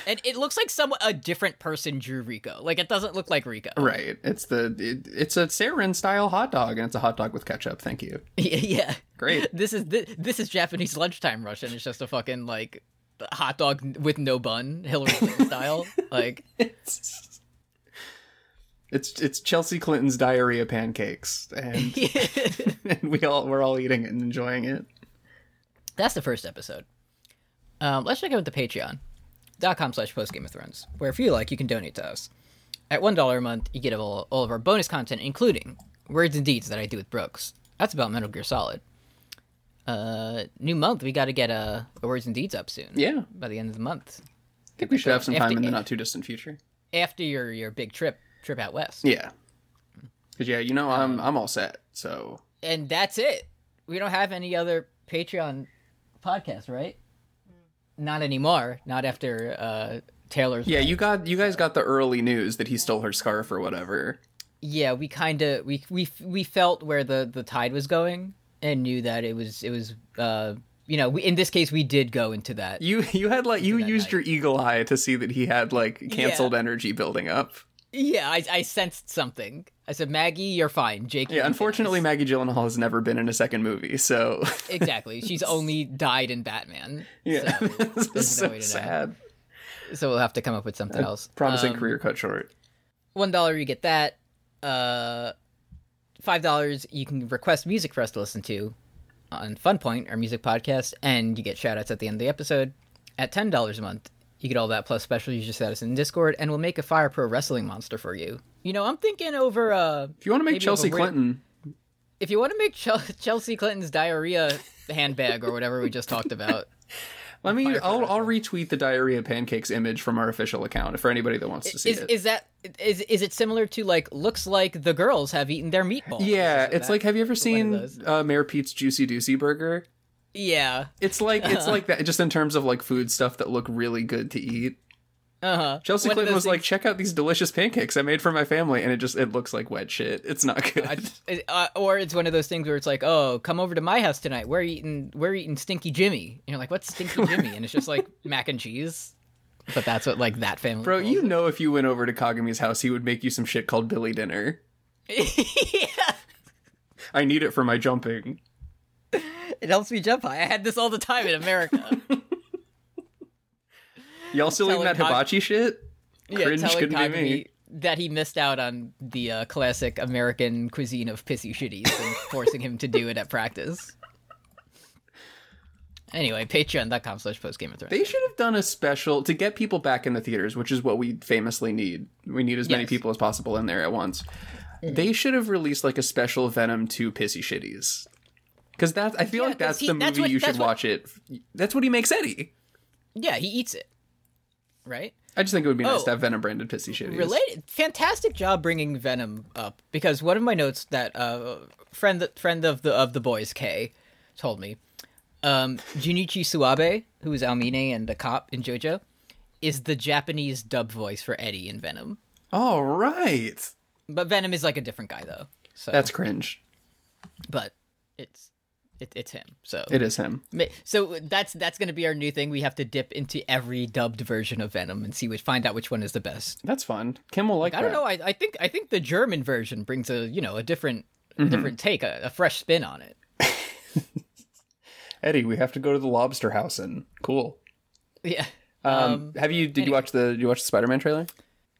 [SPEAKER 5] And it looks like some a different person drew Rico. Like it doesn't look like Rico.
[SPEAKER 6] Right. It's the it, it's a sarin style hot dog, and it's a hot dog with ketchup. Thank you.
[SPEAKER 5] Yeah, yeah.
[SPEAKER 6] Great.
[SPEAKER 5] This is this, this is Japanese lunchtime Russian. It's just a fucking like hot dog with no bun, Hillary Clinton style. Like
[SPEAKER 6] It's it's Chelsea Clinton's diarrhea pancakes, and, and we all we're all eating it and enjoying it.
[SPEAKER 5] That's the first episode. Um, let's check out the patreon.com slash post Game of Thrones, where if you like, you can donate to us. At $1 a month, you get all, all of our bonus content, including Words and Deeds that I do with Brooks. That's about Metal Gear Solid. Uh, new month, we got to get a, a Words and Deeds up soon.
[SPEAKER 6] Yeah.
[SPEAKER 5] By the end of the month.
[SPEAKER 6] I think we should have some time
[SPEAKER 5] After-
[SPEAKER 6] in the not too distant future.
[SPEAKER 5] After your, your big trip, trip out west.
[SPEAKER 6] Yeah. 'Cause, yeah, you know
[SPEAKER 5] Um,
[SPEAKER 6] I'm I'm all set. So
[SPEAKER 5] And that's it. We don't have any other Patreon podcast, right? Not anymore. Not after uh, Taylor's
[SPEAKER 6] yeah, you got you guys got the early news that he stole her scarf or whatever.
[SPEAKER 5] yeah we kind of we we we felt where the the tide was going and knew that it was it was uh you know, we, in this case, we did go into that.
[SPEAKER 6] You you had like you
[SPEAKER 5] that
[SPEAKER 6] used
[SPEAKER 5] night.
[SPEAKER 6] your eagle eye to see that he had like canceled energy building up.
[SPEAKER 5] Oh Yeah, I, I sensed something. I said, Maggie, you're fine. Jake, you
[SPEAKER 6] Yeah,
[SPEAKER 5] can
[SPEAKER 6] unfortunately, Maggie Gyllenhaal has never been in a second movie, so
[SPEAKER 5] finish." exactly. She's only died in Batman.
[SPEAKER 6] yeah,
[SPEAKER 5] So,
[SPEAKER 6] this is
[SPEAKER 5] there's
[SPEAKER 6] so
[SPEAKER 5] no way to know.
[SPEAKER 6] sad.
[SPEAKER 5] so we'll have to come up with something else.
[SPEAKER 6] Promising
[SPEAKER 5] Um,
[SPEAKER 6] career cut short.
[SPEAKER 5] one dollar you get that uh five dollars you can request music for us to listen to on funpoint our music podcast and you get shout outs at the end of the episode at ten dollars a month you get all that plus special user status in discord and we'll make a fire pro wrestling monster for you you know i'm thinking over uh
[SPEAKER 6] If you want to make
[SPEAKER 5] maybe
[SPEAKER 6] Chelsea
[SPEAKER 5] over where-
[SPEAKER 6] Clinton,
[SPEAKER 5] if you want to make Chel- chelsea clinton's diarrhea handbag or whatever we just talked about
[SPEAKER 6] let me. I'll, I'll retweet the diarrhea pancakes image from our official account for anybody that wants to see
[SPEAKER 5] is,
[SPEAKER 6] it.
[SPEAKER 5] is that is is it similar to like looks like the girls have eaten their meatballs
[SPEAKER 6] yeah,
[SPEAKER 5] Is it
[SPEAKER 6] it's
[SPEAKER 5] that-
[SPEAKER 6] like. Have you ever seen
[SPEAKER 5] those.
[SPEAKER 6] uh, Mayor Pete's Juicy Doocy Burger?
[SPEAKER 5] yeah
[SPEAKER 6] It's like it's like that, just in terms of like food stuff that look really good to eat.
[SPEAKER 5] uh-huh
[SPEAKER 6] Chelsea
[SPEAKER 5] One of
[SPEAKER 6] Clinton was
[SPEAKER 5] those
[SPEAKER 6] like, "Check out these delicious pancakes I made for my family," and it just it looks like wet shit. It's not good.
[SPEAKER 5] It- uh, or it's one of those things where it's like, oh, come over to my house tonight. We're eating, we're eating Stinky Jimmy. And you're like, what's Stinky Jimmy? And it's just like mac and cheese. But that's what like that family.
[SPEAKER 6] Bro,
[SPEAKER 5] calls
[SPEAKER 6] you
[SPEAKER 5] it.
[SPEAKER 6] know if you went over to Kagami's house, he would make you some shit called Billy Dinner.
[SPEAKER 5] yeah,
[SPEAKER 6] I need it for my jumping.
[SPEAKER 5] it helps me jump high. I had this all the time in America.
[SPEAKER 6] Y'all still eating that
[SPEAKER 5] Telling Kag-
[SPEAKER 6] hibachi shit?
[SPEAKER 5] yeah,
[SPEAKER 6] Cringe
[SPEAKER 5] telling
[SPEAKER 6] couldn't be me.
[SPEAKER 5] Kagami that he missed out on the uh, classic American cuisine of pissy shitties and forcing him to do it at practice. Anyway, patreon.com slash post game of thrones.
[SPEAKER 6] They should have done a special to get people back in the theaters, which is what we famously need. We need as many
[SPEAKER 5] Yes. Mm-hmm.
[SPEAKER 6] people as possible in there at once. They should have released like a special Venom 2 Pissy Shitties. Because that's I feel
[SPEAKER 5] Yeah,
[SPEAKER 6] like
[SPEAKER 5] 'cause
[SPEAKER 6] that's
[SPEAKER 5] he-
[SPEAKER 6] the movie
[SPEAKER 5] that's what-
[SPEAKER 6] you should
[SPEAKER 5] that's what-
[SPEAKER 6] watch it. That's what he makes Eddie.
[SPEAKER 5] Yeah, he eats it. Right?
[SPEAKER 6] I just think it would be nice
[SPEAKER 5] Oh.
[SPEAKER 6] to have Venom branded Pissy Shitties.
[SPEAKER 5] related fantastic job bringing venom up because one of my notes that uh friend friend of the of the boys k told me um junichi suabe who is almine and the cop in jojo is the japanese dub voice for eddie in venom
[SPEAKER 6] All right.
[SPEAKER 5] but venom is like a different guy though so
[SPEAKER 6] That's cringe.
[SPEAKER 5] but it's it, it's him so
[SPEAKER 6] It is him.
[SPEAKER 5] Ma- so that's that's going to be our new thing we have to dip into every dubbed version of venom and see which find out which one is the best
[SPEAKER 6] That's fun. Kim will like
[SPEAKER 5] I don't
[SPEAKER 6] that.
[SPEAKER 5] know. I, I think I think the German version brings a you know a different
[SPEAKER 6] Mm-hmm.
[SPEAKER 5] different take, a, a fresh spin on it.
[SPEAKER 6] Eddie, we have to go to the Lobster House and cool.
[SPEAKER 5] Yeah.
[SPEAKER 6] Um, have you did you watch the did you watch the Spider Man trailer?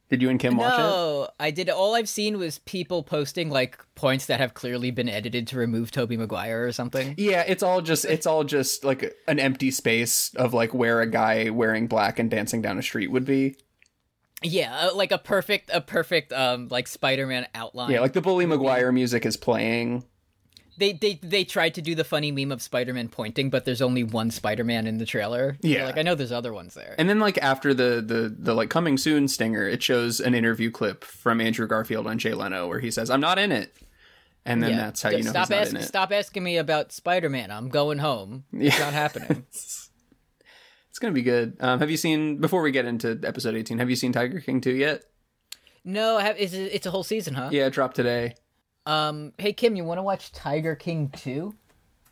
[SPEAKER 6] Did you and Kim watch
[SPEAKER 5] No, Oh, I did. All I've seen was people posting like points that have clearly been edited to remove Toby Maguire or something.
[SPEAKER 6] it? Yeah, it's all just it's all just like an empty space of like where a guy wearing black and dancing down a street would be.
[SPEAKER 5] Yeah, uh, like a perfect a perfect um like Spider-Man outline.
[SPEAKER 6] Yeah, like the Bully Maguire music is playing.
[SPEAKER 5] they they they tried to do the funny meme of Spider-Man pointing, but there's only one Spider-Man in the trailer. You're
[SPEAKER 6] Yeah.
[SPEAKER 5] like I know there's other ones there.
[SPEAKER 6] And then like after the the the like coming soon stinger, it shows an interview clip from Andrew Garfield on Jay Leno where he says, "I'm not in it." And then
[SPEAKER 5] Yeah.
[SPEAKER 6] that's how
[SPEAKER 5] D-
[SPEAKER 6] you know
[SPEAKER 5] stop
[SPEAKER 6] he's not
[SPEAKER 5] ask-
[SPEAKER 6] in it.
[SPEAKER 5] Stop asking me about Spider-Man. I'm going home. It's
[SPEAKER 6] Yeah.
[SPEAKER 5] not happening.
[SPEAKER 6] It's gonna be good. Um, have you seen before we get into episode eighteen? Have you seen Tiger King two yet?
[SPEAKER 5] No, I have, it's, it's a whole season, huh?
[SPEAKER 6] Yeah, it dropped today.
[SPEAKER 5] Um, hey Kim, you want to watch Tiger King 2?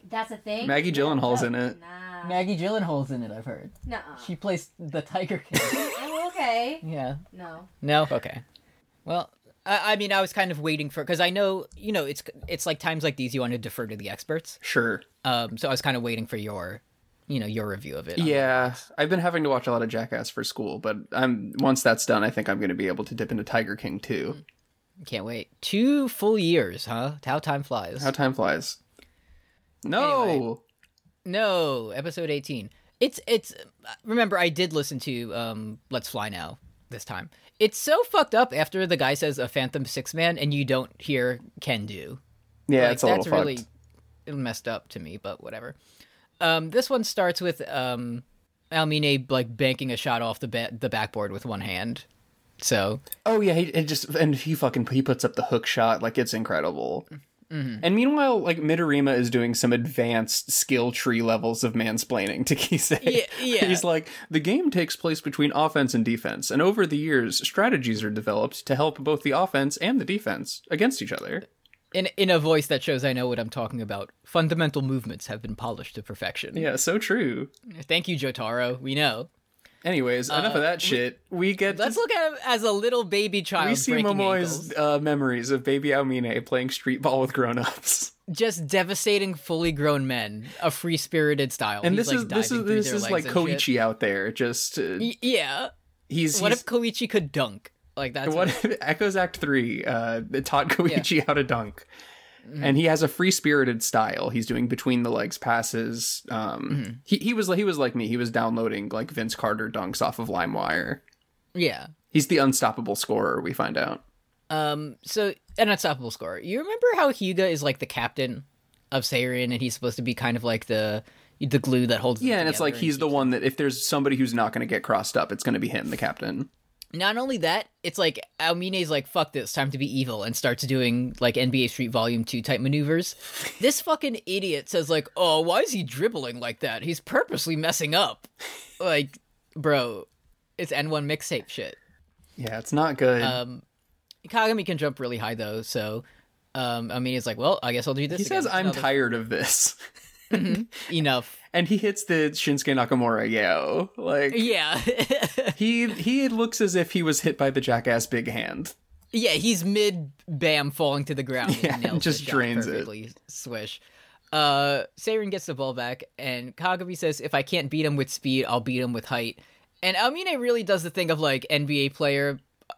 [SPEAKER 7] That's a thing.
[SPEAKER 6] Maggie Gyllenhaal's in it.
[SPEAKER 7] Nah.
[SPEAKER 5] Maggie Gyllenhaal's in it, I've heard.
[SPEAKER 7] Nuh-uh.
[SPEAKER 5] She
[SPEAKER 6] Uh.
[SPEAKER 5] plays the Tiger King.
[SPEAKER 7] Oh, okay.
[SPEAKER 5] yeah.
[SPEAKER 7] No.
[SPEAKER 5] No. Okay. Well, I, I mean, I was kind of waiting for because I know you know it's it's like times like these you want to defer to the experts.
[SPEAKER 6] Sure.
[SPEAKER 5] Um, so I was kind of waiting for your, you know, your review of it.
[SPEAKER 6] Yeah, I've been having to watch a lot of Jackass for school, but I'm once that's done, I think I'm going to be able to dip into Tiger King too.
[SPEAKER 5] Can't wait. Two full years, huh? How time flies.
[SPEAKER 6] How time flies. No,
[SPEAKER 5] Anyway. No, episode 18. It's it's remember I did listen to um Let's Fly Now this time. It's so fucked up after the guy says a Phantom 6 man and you don't hear can do.
[SPEAKER 6] yeah,
[SPEAKER 5] Like,
[SPEAKER 6] it's a
[SPEAKER 5] that's
[SPEAKER 6] little
[SPEAKER 5] really
[SPEAKER 6] fucked.
[SPEAKER 5] messed up to me, but whatever. Um this one starts with um Almine like banking a shot off the ba- the backboard with one hand. So,
[SPEAKER 6] Oh yeah, he it just and he fucking he puts up the hook shot like it's incredible.
[SPEAKER 5] Mm-hmm.
[SPEAKER 6] And meanwhile, like Midorima is doing some advanced skill tree levels of mansplaining to Kisei.
[SPEAKER 5] Yeah, yeah.
[SPEAKER 6] He's like, the game takes place between offense and defense, and over the years, strategies are developed to help both the offense and the defense against each other.
[SPEAKER 5] in in a voice that shows I know what I'm talking about. Fundamental movements have been polished to perfection.
[SPEAKER 6] Yeah, so true.
[SPEAKER 5] Thank you, Jotaro. We know.
[SPEAKER 6] Anyways, enough
[SPEAKER 5] Uh,
[SPEAKER 6] of that shit. We get
[SPEAKER 5] Let's
[SPEAKER 6] to,
[SPEAKER 5] look at him as a little baby child.
[SPEAKER 6] we see
[SPEAKER 5] breaking
[SPEAKER 6] Momoy's
[SPEAKER 5] ankles.
[SPEAKER 6] uh, memories of baby Aomine playing street ball with grown-ups.
[SPEAKER 5] just devastating fully grown men, a free spirited style.
[SPEAKER 6] And
[SPEAKER 5] He's,
[SPEAKER 6] this is
[SPEAKER 5] like,
[SPEAKER 6] this is
[SPEAKER 5] diving through
[SPEAKER 6] this
[SPEAKER 5] their
[SPEAKER 6] is
[SPEAKER 5] legs
[SPEAKER 6] like
[SPEAKER 5] and shit.
[SPEAKER 6] Koichi out there. Just uh,
[SPEAKER 5] Y- yeah.
[SPEAKER 6] he's
[SPEAKER 5] What
[SPEAKER 6] he's-
[SPEAKER 5] if Koichi could dunk? Like that's
[SPEAKER 6] what
[SPEAKER 5] what
[SPEAKER 6] if Echoes Act Three uh, it taught Koichi how to dunk,
[SPEAKER 5] Mm-hmm.
[SPEAKER 6] and he has a free spirited style. He's doing between the legs passes. Um,
[SPEAKER 5] Mm-hmm.
[SPEAKER 6] he he was he was like me. He was downloading like Vince Carter dunks off of LimeWire.
[SPEAKER 5] yeah.
[SPEAKER 6] He's the unstoppable scorer. We find out.
[SPEAKER 5] Um. So an unstoppable scorer. You remember how Hyuga is like the captain of Seirin, and he's supposed to be kind of like the the glue that holds. them
[SPEAKER 6] Yeah, and it's
[SPEAKER 5] together
[SPEAKER 6] like he's the one that if there's somebody who's not going to get crossed up, it's going to be him, the captain.
[SPEAKER 5] Not only that, it's like Almine's like, fuck this, time to be evil, and starts doing like NBA Street Volume 2 type maneuvers. this fucking idiot says, like, oh, why is he dribbling like that? He's purposely messing up. Like, bro, it's N1 mixtape shit.
[SPEAKER 6] Yeah, it's not good.
[SPEAKER 5] Um, Kagami can jump really high though, so um, Almine's like, well, I guess I'll do this.
[SPEAKER 6] he says,
[SPEAKER 5] again."
[SPEAKER 6] "I'm
[SPEAKER 5] Another-
[SPEAKER 6] tired of this,"
[SPEAKER 5] Enough.
[SPEAKER 6] and he hits the Shinsuke Nakamura yo. Like
[SPEAKER 5] Yeah.
[SPEAKER 6] he he looks as if he was hit by the jackass big hand.
[SPEAKER 5] Yeah, he's mid bam falling to the ground. and
[SPEAKER 6] Yeah,
[SPEAKER 5] nails
[SPEAKER 6] and just
[SPEAKER 5] the shot
[SPEAKER 6] drains it.
[SPEAKER 5] perfectly. Swish. Uh, Seirin gets the ball back, and Kagami says, "If I can't beat him with speed, I'll beat him with height." And Almine really does the thing of like NBA player uh,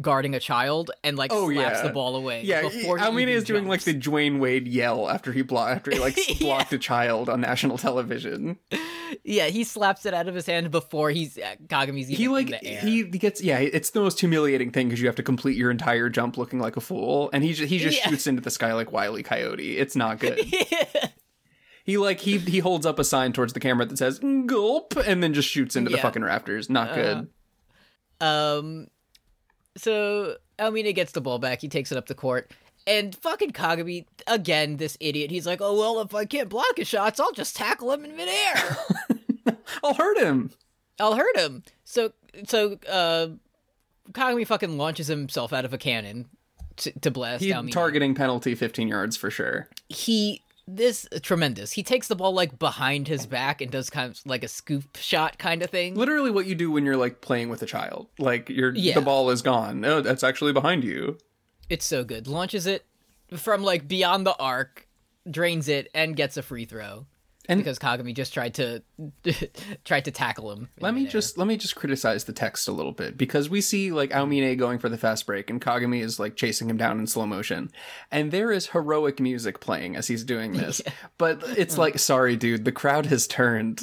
[SPEAKER 5] guarding a child and like
[SPEAKER 6] Oh,
[SPEAKER 5] slaps
[SPEAKER 6] yeah.
[SPEAKER 5] the ball away.
[SPEAKER 6] Yeah,
[SPEAKER 5] before he
[SPEAKER 6] I mean,
[SPEAKER 5] even
[SPEAKER 6] is doing like
[SPEAKER 5] jumps.
[SPEAKER 6] the Dwayne Wade yell after he blo- after he like
[SPEAKER 5] Yeah.
[SPEAKER 6] blocked a child on national television.
[SPEAKER 5] yeah. He slaps it out of his hand before he's uh, Kagami's even
[SPEAKER 6] He like
[SPEAKER 5] in the air.
[SPEAKER 6] he gets yeah, it's the most humiliating thing because you have to complete your entire jump looking like a fool, and he ju- he just
[SPEAKER 5] Yeah.
[SPEAKER 6] shoots into the sky like Wiley Coyote. It's not good. He like he he holds up a sign towards the camera that says "Mm, gulp and then just shoots into the
[SPEAKER 5] Yeah. Uh.
[SPEAKER 6] fucking rafters. Not good.
[SPEAKER 5] Um, so Almina gets the ball back. He takes it up the court. And fucking Kagami, again, this idiot, he's like, oh, well, if I can't block his shots, I'll just tackle him in midair.
[SPEAKER 6] I'll hurt him.
[SPEAKER 5] I'll hurt him. So, so, uh, Kagami fucking launches himself out of a cannon to, to blast
[SPEAKER 6] He
[SPEAKER 5] Almina.
[SPEAKER 6] targeting penalty 15 yards for sure.
[SPEAKER 5] He, this, tremendous. He takes the ball, like, behind his back and does kind of like a scoop shot kind of thing.
[SPEAKER 6] Literally what you do when you're like playing with a child. Like your
[SPEAKER 5] Yeah.
[SPEAKER 6] the ball is gone. Oh, that's actually behind you.
[SPEAKER 5] It's so good. Launches it from like beyond the arc, drains it, and gets a free throw.
[SPEAKER 6] And-
[SPEAKER 5] because Kagami just tried to tried to tackle him. in
[SPEAKER 6] Let me
[SPEAKER 5] midair.
[SPEAKER 6] just let me just criticize the text a little bit because we see like Aomine going for the fast break and Kagami is like chasing him down in slow motion, and there is heroic music playing as he's doing this. But it's like, sorry, dude, the crowd has turned.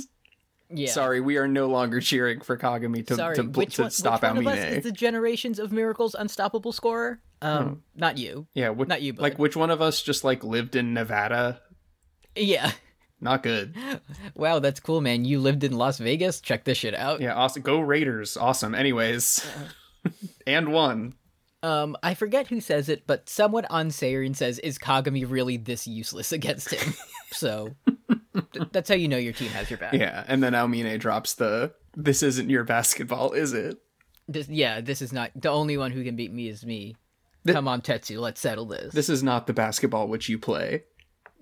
[SPEAKER 5] Hmm. yeah.
[SPEAKER 6] Sorry, we are no longer cheering for Kagami to
[SPEAKER 5] Sorry.
[SPEAKER 6] to, bl-
[SPEAKER 5] which
[SPEAKER 6] to
[SPEAKER 5] one,
[SPEAKER 6] stop
[SPEAKER 5] which one
[SPEAKER 6] Aomine.
[SPEAKER 5] of us is the generations of miracles unstoppable scorer? Um,
[SPEAKER 6] Hmm.
[SPEAKER 5] not you.
[SPEAKER 6] yeah, which,
[SPEAKER 5] not you, bud.
[SPEAKER 6] like which one of us just like lived in Nevada?
[SPEAKER 5] Yeah.
[SPEAKER 6] Not good.
[SPEAKER 5] Wow, that's cool, man. You lived in Las Vegas. Check this shit out.
[SPEAKER 6] Yeah, awesome. Go Raiders. Awesome. Anyways,
[SPEAKER 5] Uh-huh.
[SPEAKER 6] and one.
[SPEAKER 5] Um, I forget who says it, but someone on Seirin says, "Is Kagami really this useless against him?" so th- that's how you know your team has your back.
[SPEAKER 6] Yeah, and then Aomine drops the. This isn't your basketball, is it?
[SPEAKER 5] this yeah this is not the only one who can beat me is me come on tetsu let's settle this,
[SPEAKER 6] this is not the basketball which you play.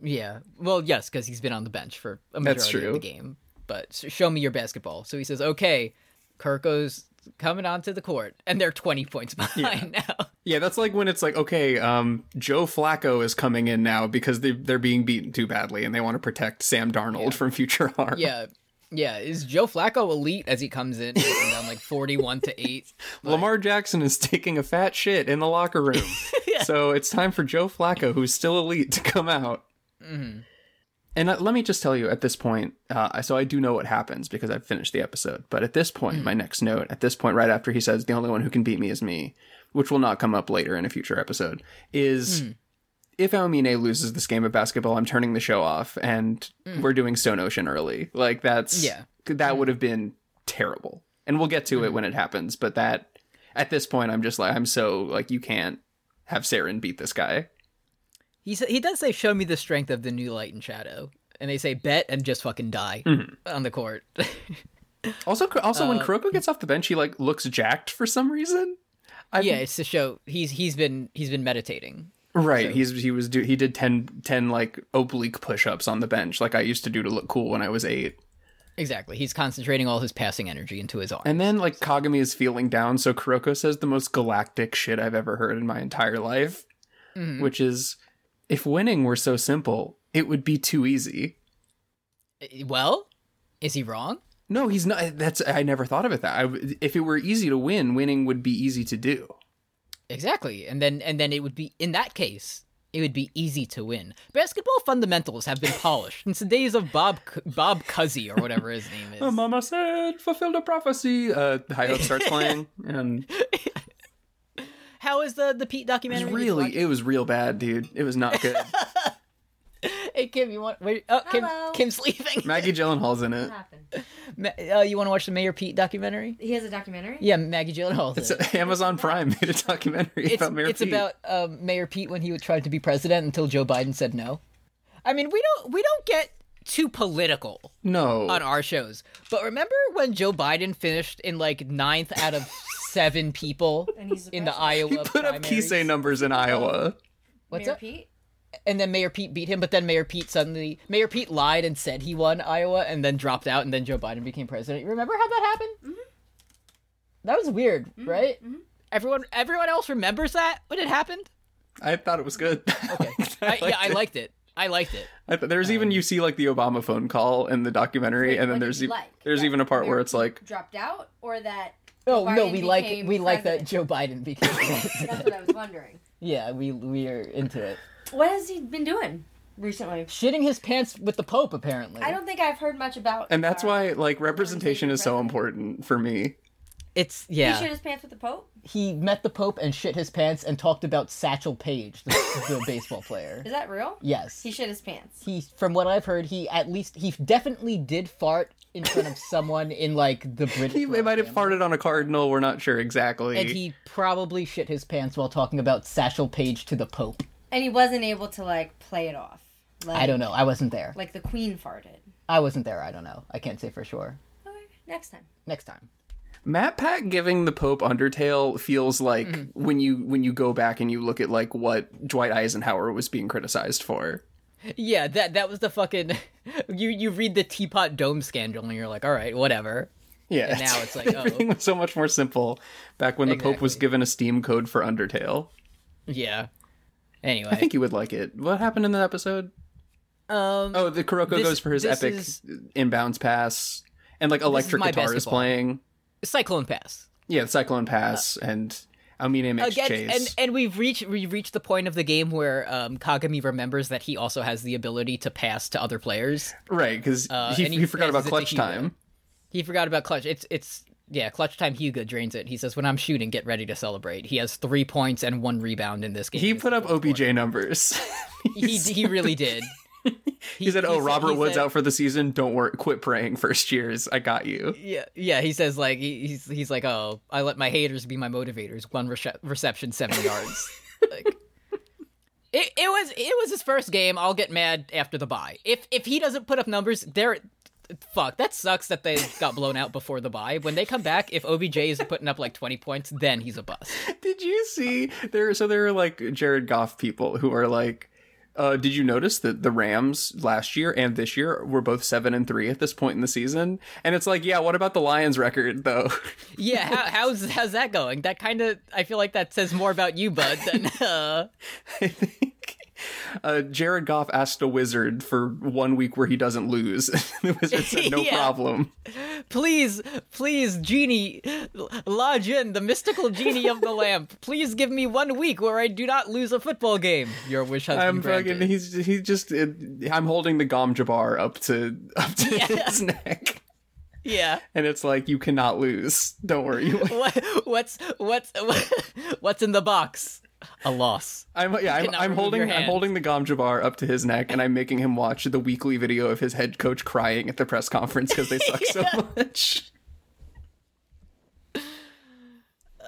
[SPEAKER 5] yeah well yes because he's been on the bench for a majority
[SPEAKER 6] That's
[SPEAKER 5] of the game but s- show me your basketball so he says okay kirko's coming onto the court and they're 20 points behind now
[SPEAKER 6] Yeah, that's like when it's like, okay, um, Joe Flacco is coming in now because they they're being beaten too badly and they want to protect Sam Darnold from future harm.
[SPEAKER 5] yeah yeah is joe flacco elite as he comes in and down like 41 to 8
[SPEAKER 6] Lamar Jackson is taking a fat shit in the locker room. So it's time for Joe Flacco, who's still elite, to come out. And uh, let me just tell you at this point, uh, I- so I do know what happens because I've finished the episode. But at this point, my next note, at this point, right after he says, the only one who can beat me is me, which will not come up later in a future episode, is if Aomine loses this game of basketball, I'm turning the show off and we're doing Stone Ocean early. Like that's
[SPEAKER 5] Yeah.
[SPEAKER 6] that would have been terrible. And we'll get to it when it happens, but that at this point I'm just like I'm so like you can't have Saren beat this guy.
[SPEAKER 5] he, sa- he does say show me the strength of the new light and shadow and they say bet and just fucking die
[SPEAKER 6] Mm-hmm.
[SPEAKER 5] on the court
[SPEAKER 6] Also also when Kuroko gets off the bench, he like looks jacked for some reason. I've,
[SPEAKER 5] yeah it's to show he's he's been he's been meditating
[SPEAKER 6] Right. He's he was do he did 10, 10 like oblique push ups on the bench like I used to do to look cool when I was eight.
[SPEAKER 5] Exactly. He's concentrating all his passing energy into his arm.
[SPEAKER 6] And then like Kagami is feeling down, so Kuroko says the most galactic shit I've ever heard in my entire life. Which is if winning were so simple, it would be too easy.
[SPEAKER 5] Eh, well, is he wrong?
[SPEAKER 6] No, he's not. That's I never thought of it that. I, if it were easy to win, winning would be easy to do.
[SPEAKER 5] Exactly. And then and then it would be in that case, it would be easy to win. Basketball fundamentals have been polished since the days of Bob C- Bob Cousy or whatever his name is.
[SPEAKER 6] Mama said, "Fulfilled a prophecy." Uh, High Hope starts playing, and
[SPEAKER 5] How is the the Pete
[SPEAKER 6] it was
[SPEAKER 5] documentary?
[SPEAKER 6] really, it was real bad, dude. It was not good.
[SPEAKER 5] Hey Kim, you want wait, oh Kim
[SPEAKER 7] Hello.
[SPEAKER 5] Kim's leaving.
[SPEAKER 6] Maggie Gyllenhaal's in it.
[SPEAKER 7] What happened?
[SPEAKER 5] Ma- uh, you want to watch the Mayor Pete documentary?
[SPEAKER 7] He has a documentary.
[SPEAKER 5] Yeah, Maggie Gyllenhaal. It's,
[SPEAKER 6] So Amazon Prime made a documentary
[SPEAKER 5] it's
[SPEAKER 6] about Mayor
[SPEAKER 5] it's
[SPEAKER 6] Pete.
[SPEAKER 5] about um, Mayor Pete when he would try to be president until Joe Biden said no. I mean, we don't we don't get too political
[SPEAKER 6] no.
[SPEAKER 5] on our shows. But remember when Joe Biden finished in like ninth out of seven people
[SPEAKER 7] And he's the
[SPEAKER 5] in the Iowa
[SPEAKER 7] president.
[SPEAKER 6] He put up
[SPEAKER 5] primaries? Oh.
[SPEAKER 6] Kisei numbers in Iowa.
[SPEAKER 5] What's
[SPEAKER 7] Mayor
[SPEAKER 5] up?
[SPEAKER 7] Pete?
[SPEAKER 5] And then Mayor Pete beat him, but then Mayor Pete suddenly Mayor Pete lied and said he won Iowa, and then dropped out, and then Joe Biden became president. You remember how that happened?
[SPEAKER 7] Mm-hmm.
[SPEAKER 5] That was weird, right? Everyone, everyone else remembers that when it happened.
[SPEAKER 6] I thought it was good. Okay.
[SPEAKER 5] I, yeah, I Um, liked it. I liked it.
[SPEAKER 6] I th- there's even you see like the Obama phone call in the documentary, and then
[SPEAKER 7] What did
[SPEAKER 6] there's
[SPEAKER 7] you
[SPEAKER 6] e-
[SPEAKER 7] like?
[SPEAKER 6] there's
[SPEAKER 7] That
[SPEAKER 6] even a part where
[SPEAKER 7] Mayor
[SPEAKER 6] it's like
[SPEAKER 7] Pete dropped out, or that.
[SPEAKER 5] Oh no,
[SPEAKER 7] Biden
[SPEAKER 5] we like
[SPEAKER 7] became
[SPEAKER 5] we like that
[SPEAKER 7] president?
[SPEAKER 5] Joe Biden became president.
[SPEAKER 7] That's what I was wondering.
[SPEAKER 5] yeah, we we are into it.
[SPEAKER 7] What has he been doing recently?
[SPEAKER 5] Shitting his pants with the Pope, apparently.
[SPEAKER 7] I don't think I've heard much about.
[SPEAKER 6] And that's
[SPEAKER 7] uh,
[SPEAKER 6] why like representation is so
[SPEAKER 7] president.
[SPEAKER 6] important for me.
[SPEAKER 5] It's
[SPEAKER 7] He
[SPEAKER 5] yeah.
[SPEAKER 7] shit his pants with the Pope.
[SPEAKER 5] he met the Pope and shit his pants and talked about Satchel Paige, the, the baseball player.
[SPEAKER 7] Is that real?
[SPEAKER 5] Yes.
[SPEAKER 7] He shit his pants.
[SPEAKER 5] He, from what I've heard, he at least he definitely did fart in front of someone in like the British.
[SPEAKER 6] He they
[SPEAKER 5] royal
[SPEAKER 6] might have
[SPEAKER 5] family.
[SPEAKER 6] farted on a cardinal, we're not sure exactly.
[SPEAKER 5] And he probably shit his pants while talking about Satchel Paige to the Pope.
[SPEAKER 7] And he wasn't able to like play it off. Like,
[SPEAKER 5] I don't know. I wasn't there.
[SPEAKER 7] Like the Queen farted.
[SPEAKER 5] I wasn't there. I don't know. I can't say for sure.
[SPEAKER 7] Okay, next time.
[SPEAKER 5] Next time.
[SPEAKER 6] Matt Pat giving the Pope Undertale feels like
[SPEAKER 5] Mm-hmm.
[SPEAKER 6] when you when you go back and you look at like what Dwight Eisenhower was being criticized for.
[SPEAKER 5] Yeah, that that was the fucking. You you read the Teapot Dome scandal and you're like, all right, whatever.
[SPEAKER 6] Yeah.
[SPEAKER 5] And now it's like, oh.
[SPEAKER 6] everything was so much more simple back when the Pope was
[SPEAKER 5] Exactly.
[SPEAKER 6] given a Steam code for Undertale.
[SPEAKER 5] Yeah. Anyway,
[SPEAKER 6] I think you would like it. What happened in that episode?
[SPEAKER 5] um,
[SPEAKER 6] Oh, the Kuroko
[SPEAKER 5] This-
[SPEAKER 6] goes for his
[SPEAKER 5] this
[SPEAKER 6] epic
[SPEAKER 5] is-
[SPEAKER 6] inbounds pass and like electric
[SPEAKER 5] my
[SPEAKER 6] guitar is
[SPEAKER 5] basketball.
[SPEAKER 6] playing.
[SPEAKER 5] Cyclone Pass.
[SPEAKER 6] Yeah, the Cyclone Pass and Amine makes
[SPEAKER 5] Uh, again,
[SPEAKER 6] chase.
[SPEAKER 5] and and we've reached we've reached the point of the game where um, Kagami remembers that he also has the ability to pass to other players.
[SPEAKER 6] right, because he,
[SPEAKER 5] Uh, and
[SPEAKER 6] he,
[SPEAKER 5] he
[SPEAKER 6] forgot about
[SPEAKER 5] passes it to
[SPEAKER 6] clutch
[SPEAKER 5] Hugo.
[SPEAKER 6] time.
[SPEAKER 5] He forgot about clutch. It's it's yeah, clutch time. Hyuga drains it. He says, "When I'm shooting, get ready to celebrate." He has three points and one rebound in this game.
[SPEAKER 6] He put up OBJ numbers.
[SPEAKER 5] he he really did.
[SPEAKER 6] he, said, "Oh, Robert
[SPEAKER 5] he
[SPEAKER 6] Woods
[SPEAKER 5] said-
[SPEAKER 6] out for the season. Don't worry, quit praying. First years, I got you."
[SPEAKER 5] Yeah, yeah. He says like he, he's he's like, "Oh, I let my haters be my motivators." One rece- reception, seven yards. like, it it was it was his first game. I'll get mad after the bye. If if he doesn't put up numbers, there. Fuck, that sucks that they got blown out before the bye. When they come back, if OBJ is putting up like 20 points, then he's a bust.
[SPEAKER 6] Did you see there? So there are like Jared Goff people who are like, uh, "Did you notice that the Rams last year and this year were both seven and three at this point in the season?" And it's like, "Yeah, what about the Lions record though?"
[SPEAKER 5] Yeah, how, how's how's that going? That kind of I feel like that says more about you, bud, than uh,
[SPEAKER 6] I think uh, Jared Goff asked a wizard for one week where he doesn't lose. the wizard said, "No
[SPEAKER 5] Yeah.
[SPEAKER 6] problem."
[SPEAKER 5] please, please, genie, La Jin, the mystical genie of the lamp, please give me one week where I do not lose a football game. Your wish has
[SPEAKER 6] I'm
[SPEAKER 5] been granted.
[SPEAKER 6] fucking. He's he just. It, I'm holding the Gom Jabbar up to up to his neck,
[SPEAKER 5] yeah.
[SPEAKER 6] and it's like you cannot lose. Don't worry.
[SPEAKER 5] What, what's what's what's in the box? A loss.
[SPEAKER 6] I'm yeah. I'm,
[SPEAKER 5] cannot
[SPEAKER 6] I'm
[SPEAKER 5] remove
[SPEAKER 6] holding.
[SPEAKER 5] your
[SPEAKER 6] I'm
[SPEAKER 5] hand.
[SPEAKER 6] holding the Gom Jabbar up to his neck, and I'm making him watch the weekly video of his head coach crying at the press conference because they suck so much.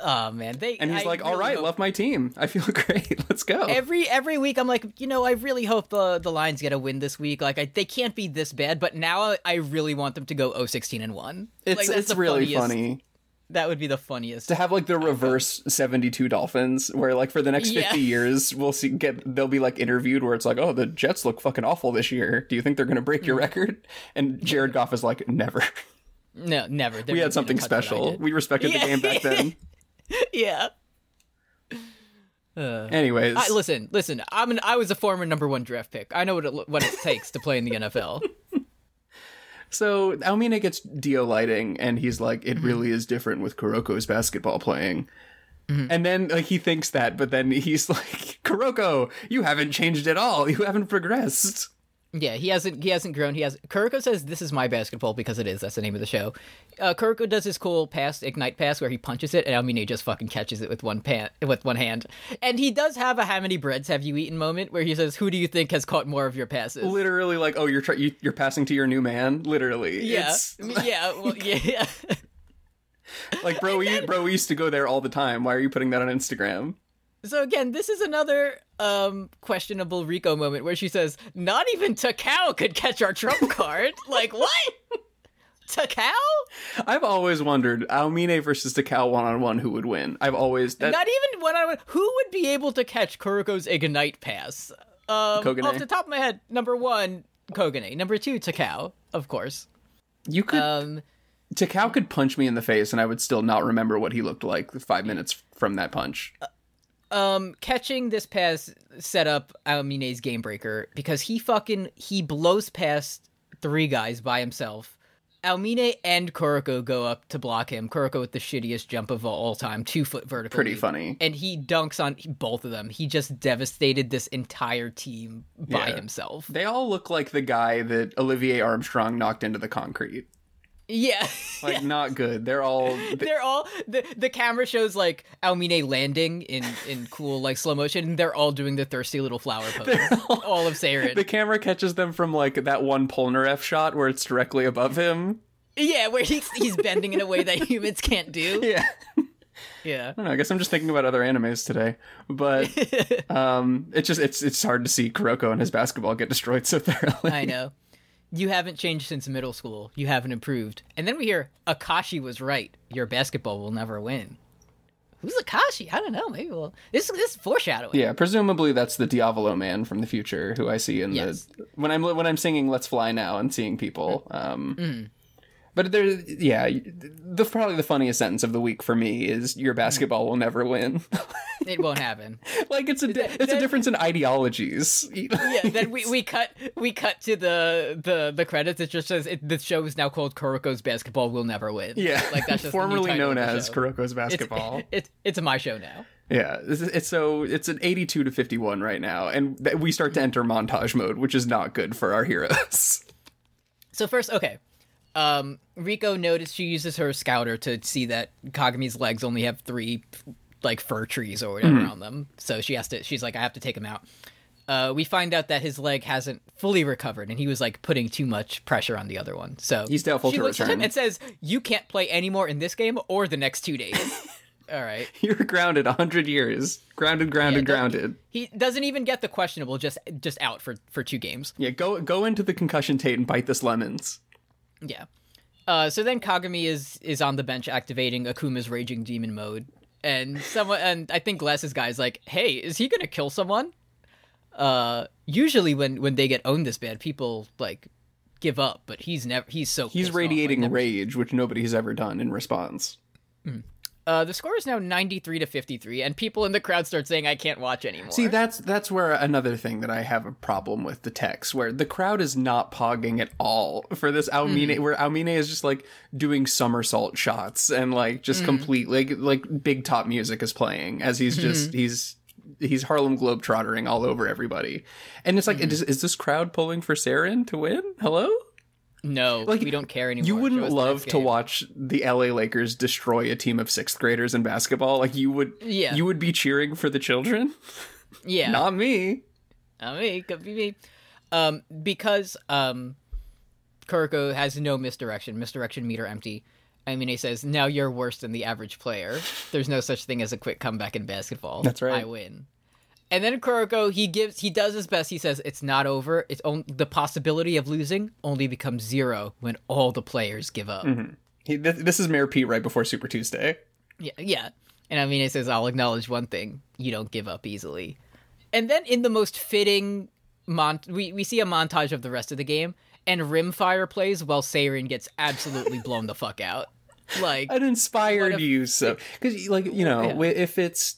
[SPEAKER 5] Oh man, they
[SPEAKER 6] And he's
[SPEAKER 5] I
[SPEAKER 6] like, "All
[SPEAKER 5] really
[SPEAKER 6] right,
[SPEAKER 5] hope-
[SPEAKER 6] love my team. I feel great. Let's go."
[SPEAKER 5] Every every week, I'm like, you know, I really hope the the Lions get a win this week. Like, I, they can't be this bad, but now I, I really want them to go 0-16 and one.
[SPEAKER 6] it's
[SPEAKER 5] like, that's
[SPEAKER 6] it's
[SPEAKER 5] the
[SPEAKER 6] really
[SPEAKER 5] funniest-
[SPEAKER 6] funny.
[SPEAKER 5] That would be the funniest.
[SPEAKER 6] to have like the reverse 72 dolphins where like for the next 50
[SPEAKER 5] Yeah.
[SPEAKER 6] years we'll see get they'll be like interviewed where it's like oh the jets look fucking awful this year do you think they're going to break
[SPEAKER 5] Mm.
[SPEAKER 6] your record and jared goff is like never
[SPEAKER 5] No, never. They're
[SPEAKER 6] we
[SPEAKER 5] gonna
[SPEAKER 6] had
[SPEAKER 5] do
[SPEAKER 6] something
[SPEAKER 5] the cuts that I
[SPEAKER 6] special
[SPEAKER 5] did.
[SPEAKER 6] we respected
[SPEAKER 5] Yeah.
[SPEAKER 6] the game back then
[SPEAKER 5] yeah.
[SPEAKER 6] anyways
[SPEAKER 5] I, listen, listen. I'm an, I was a former number one draft pick. I know what it, lo- what it takes to play in the NFL.
[SPEAKER 6] so almina gets dio lighting and he's like
[SPEAKER 5] Mm-hmm.
[SPEAKER 6] it really is different with kuroko's basketball playing
[SPEAKER 5] Mm-hmm.
[SPEAKER 6] And then like he thinks that, but then he's like, Kuroko, you haven't changed at all. You haven't progressed.
[SPEAKER 5] Yeah, he hasn't he hasn't grown. He has Kuroko says this is my basketball because it is. That's the name of the show. Uh, Kuroko does his cool pass, ignite pass, where he punches it, and Almine just fucking catches it with one pan with one hand. And he does have a how many breads have you eaten moment where he says, "Who do you think has caught more of your passes?"
[SPEAKER 6] literally like oh you're try- you, you're passing to your new man literally
[SPEAKER 5] yeah,
[SPEAKER 6] It's-
[SPEAKER 5] yeah, well, yeah.
[SPEAKER 6] like bro we bro we used to go there all the time why are you putting that on instagram
[SPEAKER 5] So again, this is another um questionable Rico moment where she says, "Not even Takao could catch our trump card." like what? Takao?
[SPEAKER 6] i've always wondered almine versus takao one-on-one who would win i've always that
[SPEAKER 5] Not even one on one. Who would be able to catch Kuroko's ignite pass? Um,
[SPEAKER 6] Kogane.
[SPEAKER 5] Off the top of my head, number one, Kogane. Number two, Takao, of course.
[SPEAKER 6] you could
[SPEAKER 5] Um,
[SPEAKER 6] takao could punch me in the face and i would still not remember what he looked like five minutes from that punch
[SPEAKER 5] um, catching this pass set up Amine's game breaker because he fucking he blows past three guys by himself. Almine and Kuroko go up to block him. Kuroko with the shittiest jump of all time, two foot vertical.
[SPEAKER 6] Pretty
[SPEAKER 5] leap.
[SPEAKER 6] funny.
[SPEAKER 5] And he dunks on both of them. He just devastated this entire team by
[SPEAKER 6] Yeah.
[SPEAKER 5] himself.
[SPEAKER 6] they all look like the guy that olivier armstrong knocked into the concrete
[SPEAKER 5] Yeah.
[SPEAKER 6] like not good they're all
[SPEAKER 5] they're all the, the camera shows like Almine landing in in cool like slow motion and they're all doing the thirsty little flower pose. All, of Saren.
[SPEAKER 6] the camera catches them from like that one polnareff shot where it's directly above him
[SPEAKER 5] yeah, where he's he's bending in a way that humans can't do.
[SPEAKER 6] yeah
[SPEAKER 5] Yeah.
[SPEAKER 6] I don't know, I guess I'm just thinking about other animes today, but um, it's just it's it's hard to see Kuroko and his basketball get destroyed so thoroughly.
[SPEAKER 5] I know. You haven't changed since middle school. You haven't improved. And then we hear Akashi was right. Your basketball will never win. Who's Akashi? I don't know. Maybe we'll this this is foreshadowing.
[SPEAKER 6] Yeah, presumably that's the Diavolo man from the future who I see in
[SPEAKER 5] Yes. Mm.
[SPEAKER 6] the when I'm when I'm singing "Let's Fly Now" and seeing people. Um, But there, yeah, the probably the funniest sentence of the week for me is
[SPEAKER 5] Mm.
[SPEAKER 6] "Your basketball will never win."
[SPEAKER 5] It won't happen.
[SPEAKER 6] like it's a di- it's a difference in ideologies.
[SPEAKER 5] yeah then we, we cut we cut to the the the credits it just says it, the show is now called kuroko's basketball will never win
[SPEAKER 6] yeah,
[SPEAKER 5] like that's just the new
[SPEAKER 6] formerly
[SPEAKER 5] title of
[SPEAKER 6] known
[SPEAKER 5] the
[SPEAKER 6] as
[SPEAKER 5] show.
[SPEAKER 6] Kuroko's
[SPEAKER 5] It's-
[SPEAKER 6] basketball.
[SPEAKER 5] it's, it's my show now
[SPEAKER 6] Yeah, it's, it's so it's an 82 to 51 right now, and th- we
[SPEAKER 5] Mm.
[SPEAKER 6] start to enter montage mode, which is not good for our heroes.
[SPEAKER 5] so first okay um rico noticed she uses her scouter to see that kagami's legs only have three like fir trees or whatever
[SPEAKER 6] Mm-hmm.
[SPEAKER 5] on them so she has to she's like i have to take him out uh, we find out that his leg hasn't fully recovered, and he was like putting too much pressure on the other one. So
[SPEAKER 6] He's doubtful
[SPEAKER 5] she
[SPEAKER 6] to
[SPEAKER 5] looks at
[SPEAKER 6] return.
[SPEAKER 5] him and says, "You can't play anymore in this game or the next two days." All right.
[SPEAKER 6] You're grounded 100 years, grounded, grounded,
[SPEAKER 5] Yeah, don't-
[SPEAKER 6] grounded.
[SPEAKER 5] He doesn't even get the questionable. Just just out for for two games.
[SPEAKER 6] Yeah, go go into the concussion tate and bite this lemons.
[SPEAKER 5] Yeah. Uh, so then Kagami is is on the bench activating Akuma's raging demon mode, and someone and I think Glass's guy's like, "Hey, is he gonna kill someone?" Uh, usually when when they get owned this bad, people like give up, but he's never. He's so
[SPEAKER 6] He's
[SPEAKER 5] pissed off, like,
[SPEAKER 6] radiating
[SPEAKER 5] never-
[SPEAKER 6] rage, which nobody has ever done in response.
[SPEAKER 5] Uh, the score is now ninety three to fifty three, and people in the crowd start saying, "I can't watch anymore."
[SPEAKER 6] See, that's that's where another thing that I have a problem with the text, where the crowd is not pogging at all for this Almine, where Almine is just like doing somersault shots and like just complete like like big top music is playing as he's just he's he's Harlem Globetrotting all over everybody, and it's like is, is this crowd pulling for Saren to win? Hello.
[SPEAKER 5] no,
[SPEAKER 6] Like,
[SPEAKER 5] we don't care anymore.
[SPEAKER 6] You
[SPEAKER 5] Show us
[SPEAKER 6] wouldn't
[SPEAKER 5] the
[SPEAKER 6] love
[SPEAKER 5] next
[SPEAKER 6] to
[SPEAKER 5] game.
[SPEAKER 6] watch the LA Lakers destroy a team of sixth graders in basketball. Like you would,
[SPEAKER 5] Yeah.
[SPEAKER 6] you would be cheering for the children,
[SPEAKER 5] Yeah,
[SPEAKER 6] not me.
[SPEAKER 5] I mean, it could Oh, be me. Um, because um, Kuroko has no misdirection, misdirection meter empty. I mean, he says, now you're worse than the average player. There's no such thing as a quick comeback in basketball.
[SPEAKER 6] That's right.
[SPEAKER 5] I win. And then Kuroko, he gives, he does his best. He says, it's not over.
[SPEAKER 6] Mm-hmm.
[SPEAKER 5] It's on- the possibility of losing only becomes zero when all the players give up.
[SPEAKER 6] He, th- this is Mayor Pete right before Super Tuesday.
[SPEAKER 5] Yeah, yeah. And I mean, it says, I'll acknowledge one thing you don't give up easily. And then in the most fitting mont, we, we see a montage of the rest of the game, and Rimfire plays while Saren gets absolutely blown the fuck out. Like,
[SPEAKER 6] It inspired
[SPEAKER 5] What if-
[SPEAKER 6] you so because like you know wi- if it's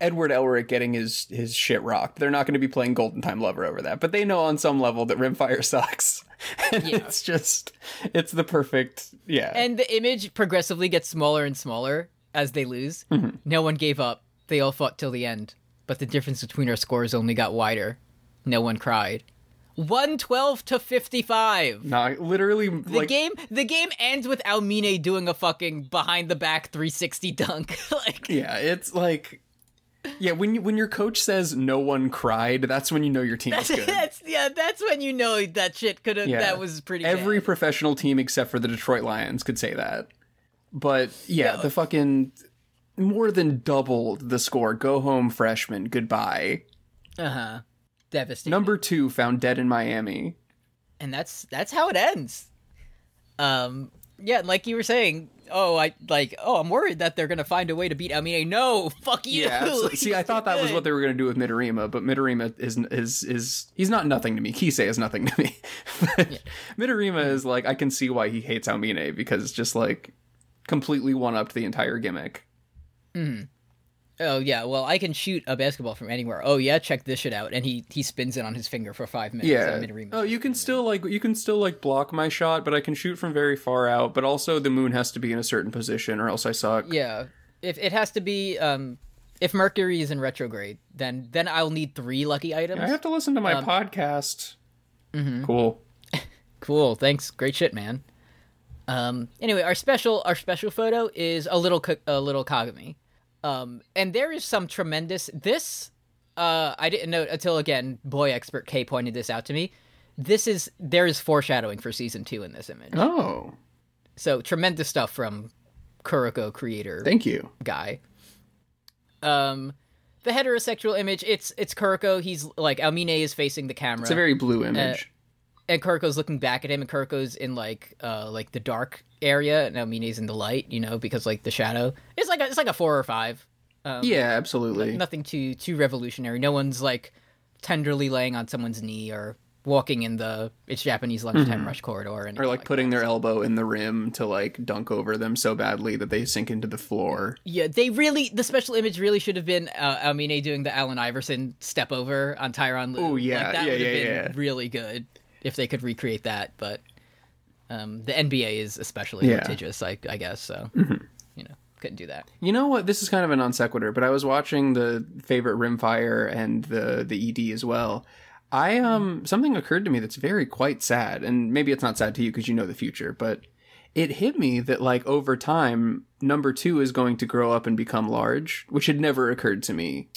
[SPEAKER 6] Edward Elric getting his his shit rocked, they're not going to be playing Golden Time Lover over that. But they know on some level that Rimfire sucks. and It's just it's the perfect yeah.
[SPEAKER 5] and the image progressively gets smaller and smaller as they lose. No one gave up. They all fought till the end, but the difference between our scores only got wider. No one cried. 112 to 55.
[SPEAKER 6] no, literally
[SPEAKER 5] The
[SPEAKER 6] like
[SPEAKER 5] game the game ends with Almine doing a fucking behind the back 360 dunk. like
[SPEAKER 6] yeah, it's like yeah when you, when your coach says no one cried, that's when you know your team is good.
[SPEAKER 5] that's yeah, that's when you know that shit could have
[SPEAKER 6] Yeah.
[SPEAKER 5] that was pretty
[SPEAKER 6] Every
[SPEAKER 5] bad.
[SPEAKER 6] professional team except for the Detroit Lions could say that. But yeah, the fucking more than doubled the score. Go home, freshman. Goodbye.
[SPEAKER 5] uh-huh. Devastating.
[SPEAKER 6] Number two found dead in Miami.
[SPEAKER 5] and that's that's how it ends. Um, yeah, and like you were saying, oh, I like, oh, I'm worried that they're gonna find a way to beat Almine. No, fuck you.
[SPEAKER 6] absolutely. See, I thought that was what they were going to do with Midorima, but Midorima is is is he's not nothing to me. Kisei is nothing to me. but Midorima is like I can see why he hates Almine because it's just like completely one upped the entire gimmick.
[SPEAKER 5] oh yeah, well, I can shoot a basketball from anywhere. Oh yeah, check this shit out, and he he spins it on his finger for five minutes.
[SPEAKER 6] Yeah.
[SPEAKER 5] and Midorima-
[SPEAKER 6] Oh, you can still like you can still like block my shot, but I can shoot from very far out. But also the moon has to be in a certain position, or else I suck.
[SPEAKER 5] yeah. If it has to be, um, if Mercury is in retrograde, then then I'll need three lucky items.
[SPEAKER 6] I have to listen to my podcast. Cool.
[SPEAKER 5] Cool. Thanks. Great shit, man. Um, anyway, our special our special photo is a little co- a little Kagami, um, and there is some tremendous. This uh, I didn't know until again. Boy expert K pointed this out to me. This is there is foreshadowing for season two in this image.
[SPEAKER 6] Oh,
[SPEAKER 5] So tremendous stuff from Kuroko creator
[SPEAKER 6] thank you.
[SPEAKER 5] guy. Um, the heterosexual image. It's it's Kuroko. He's like Almine is facing the camera
[SPEAKER 6] It's a very blue image.
[SPEAKER 5] and Kurko's looking back at him, and Kurko's in like uh like the dark area, and Amine's in the light, you know, because like the shadow. It's like a, it's like a four or five.
[SPEAKER 6] yeah, absolutely.
[SPEAKER 5] Nothing too too revolutionary. No one's like tenderly laying on someone's knee or walking in the it's Japanese lunchtime rush corridor, or anything
[SPEAKER 6] Mm-hmm. or like putting their elbow in the rim to like dunk over them so badly that they sink into the floor.
[SPEAKER 5] Yeah, they really the special image really should have been uh, Almine doing the Allen Iverson step over on Tyron Lue.
[SPEAKER 6] Oh, yeah,
[SPEAKER 5] like, that
[SPEAKER 6] yeah,
[SPEAKER 5] would have
[SPEAKER 6] yeah,
[SPEAKER 5] been
[SPEAKER 6] yeah.
[SPEAKER 5] really good if they could recreate that. But um, the NBA is especially
[SPEAKER 6] Yeah. Mm-hmm.
[SPEAKER 5] litigious, I, I guess. So you know, couldn't do that.
[SPEAKER 6] You know what? This is kind of a non sequitur, but I was watching the favorite Rimfire and the the ED as well. I um something occurred to me that's very quite sad, and maybe it's not sad to you because you know the future, but it hit me that like over time, number two is going to grow up and become large, which had never occurred to me.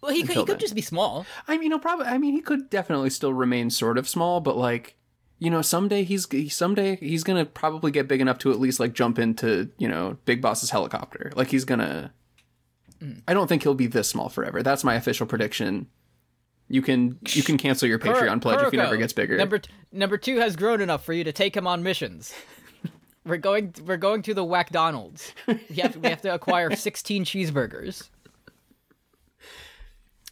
[SPEAKER 5] Well, he could, he
[SPEAKER 6] Until
[SPEAKER 5] could
[SPEAKER 6] then.
[SPEAKER 5] just be small.
[SPEAKER 6] I mean, he'll probably. I mean, he could definitely still remain sort of small, but like, you know, someday he's someday he's gonna probably get big enough to at least like jump into you know Big Boss's helicopter. Like he's gonna.
[SPEAKER 5] Mm.
[SPEAKER 6] I don't think he'll be this small forever. That's my official prediction. You can you can cancel your Patreon
[SPEAKER 5] Kuro-
[SPEAKER 6] pledge if he never
[SPEAKER 5] Kuroko,
[SPEAKER 6] gets bigger.
[SPEAKER 5] Number t- number two has grown enough for you to take him on missions. we're going we're going to the Whack Donald's. We have we have to acquire sixteen cheeseburgers.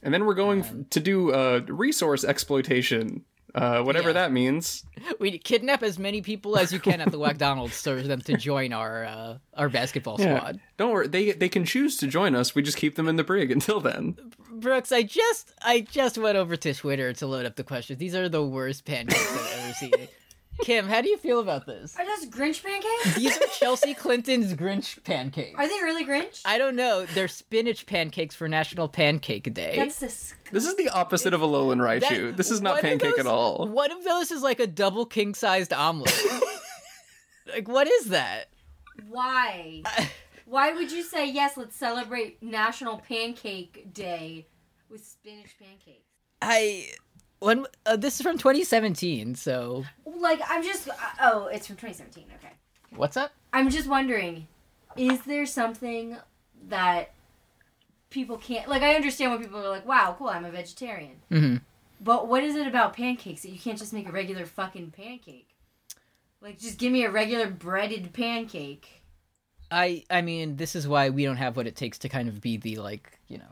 [SPEAKER 6] and then we're going f- to do uh, resource exploitation, uh, whatever
[SPEAKER 5] Yeah.
[SPEAKER 6] that means.
[SPEAKER 5] We kidnap as many people as you can at the McDonald's so for them to join our uh, our basketball squad.
[SPEAKER 6] Don't worry, they they can choose to join us. We just keep them in the brig until then.
[SPEAKER 5] Brooks, I just I just went over to Twitter to load up the questions. These are the worst pancakes I've ever seen. Kim, how do you feel about this?
[SPEAKER 7] Are those Grinch pancakes?
[SPEAKER 5] These are Chelsea Clinton's Grinch pancakes.
[SPEAKER 7] Are they really Grinch?
[SPEAKER 5] I don't know. They're spinach pancakes for National Pancake Day.
[SPEAKER 7] That's disgusting.
[SPEAKER 6] This is the opposite of a Lowland
[SPEAKER 5] That-
[SPEAKER 6] Raichu. this is
[SPEAKER 5] one
[SPEAKER 6] not
[SPEAKER 5] of
[SPEAKER 6] pancake at
[SPEAKER 5] those-
[SPEAKER 6] all.
[SPEAKER 5] One of those is like a double king sized omelet. like what is that?
[SPEAKER 7] Why? Why would you say yes? Let's celebrate National Pancake Day with spinach pancakes.
[SPEAKER 5] I when uh, this is from 2017, so
[SPEAKER 7] Like I'm just uh, oh, it's from 2017. Okay,
[SPEAKER 5] what's up?
[SPEAKER 7] I'm just wondering, is there something that people can't like? I understand when people are like, "Wow, cool, I'm a vegetarian," mm-hmm. but what is it about pancakes that you can't just make a regular fucking pancake? Like, just give me a regular breaded pancake.
[SPEAKER 5] I I mean, this is why we don't have what it takes to kind of be the like, you know.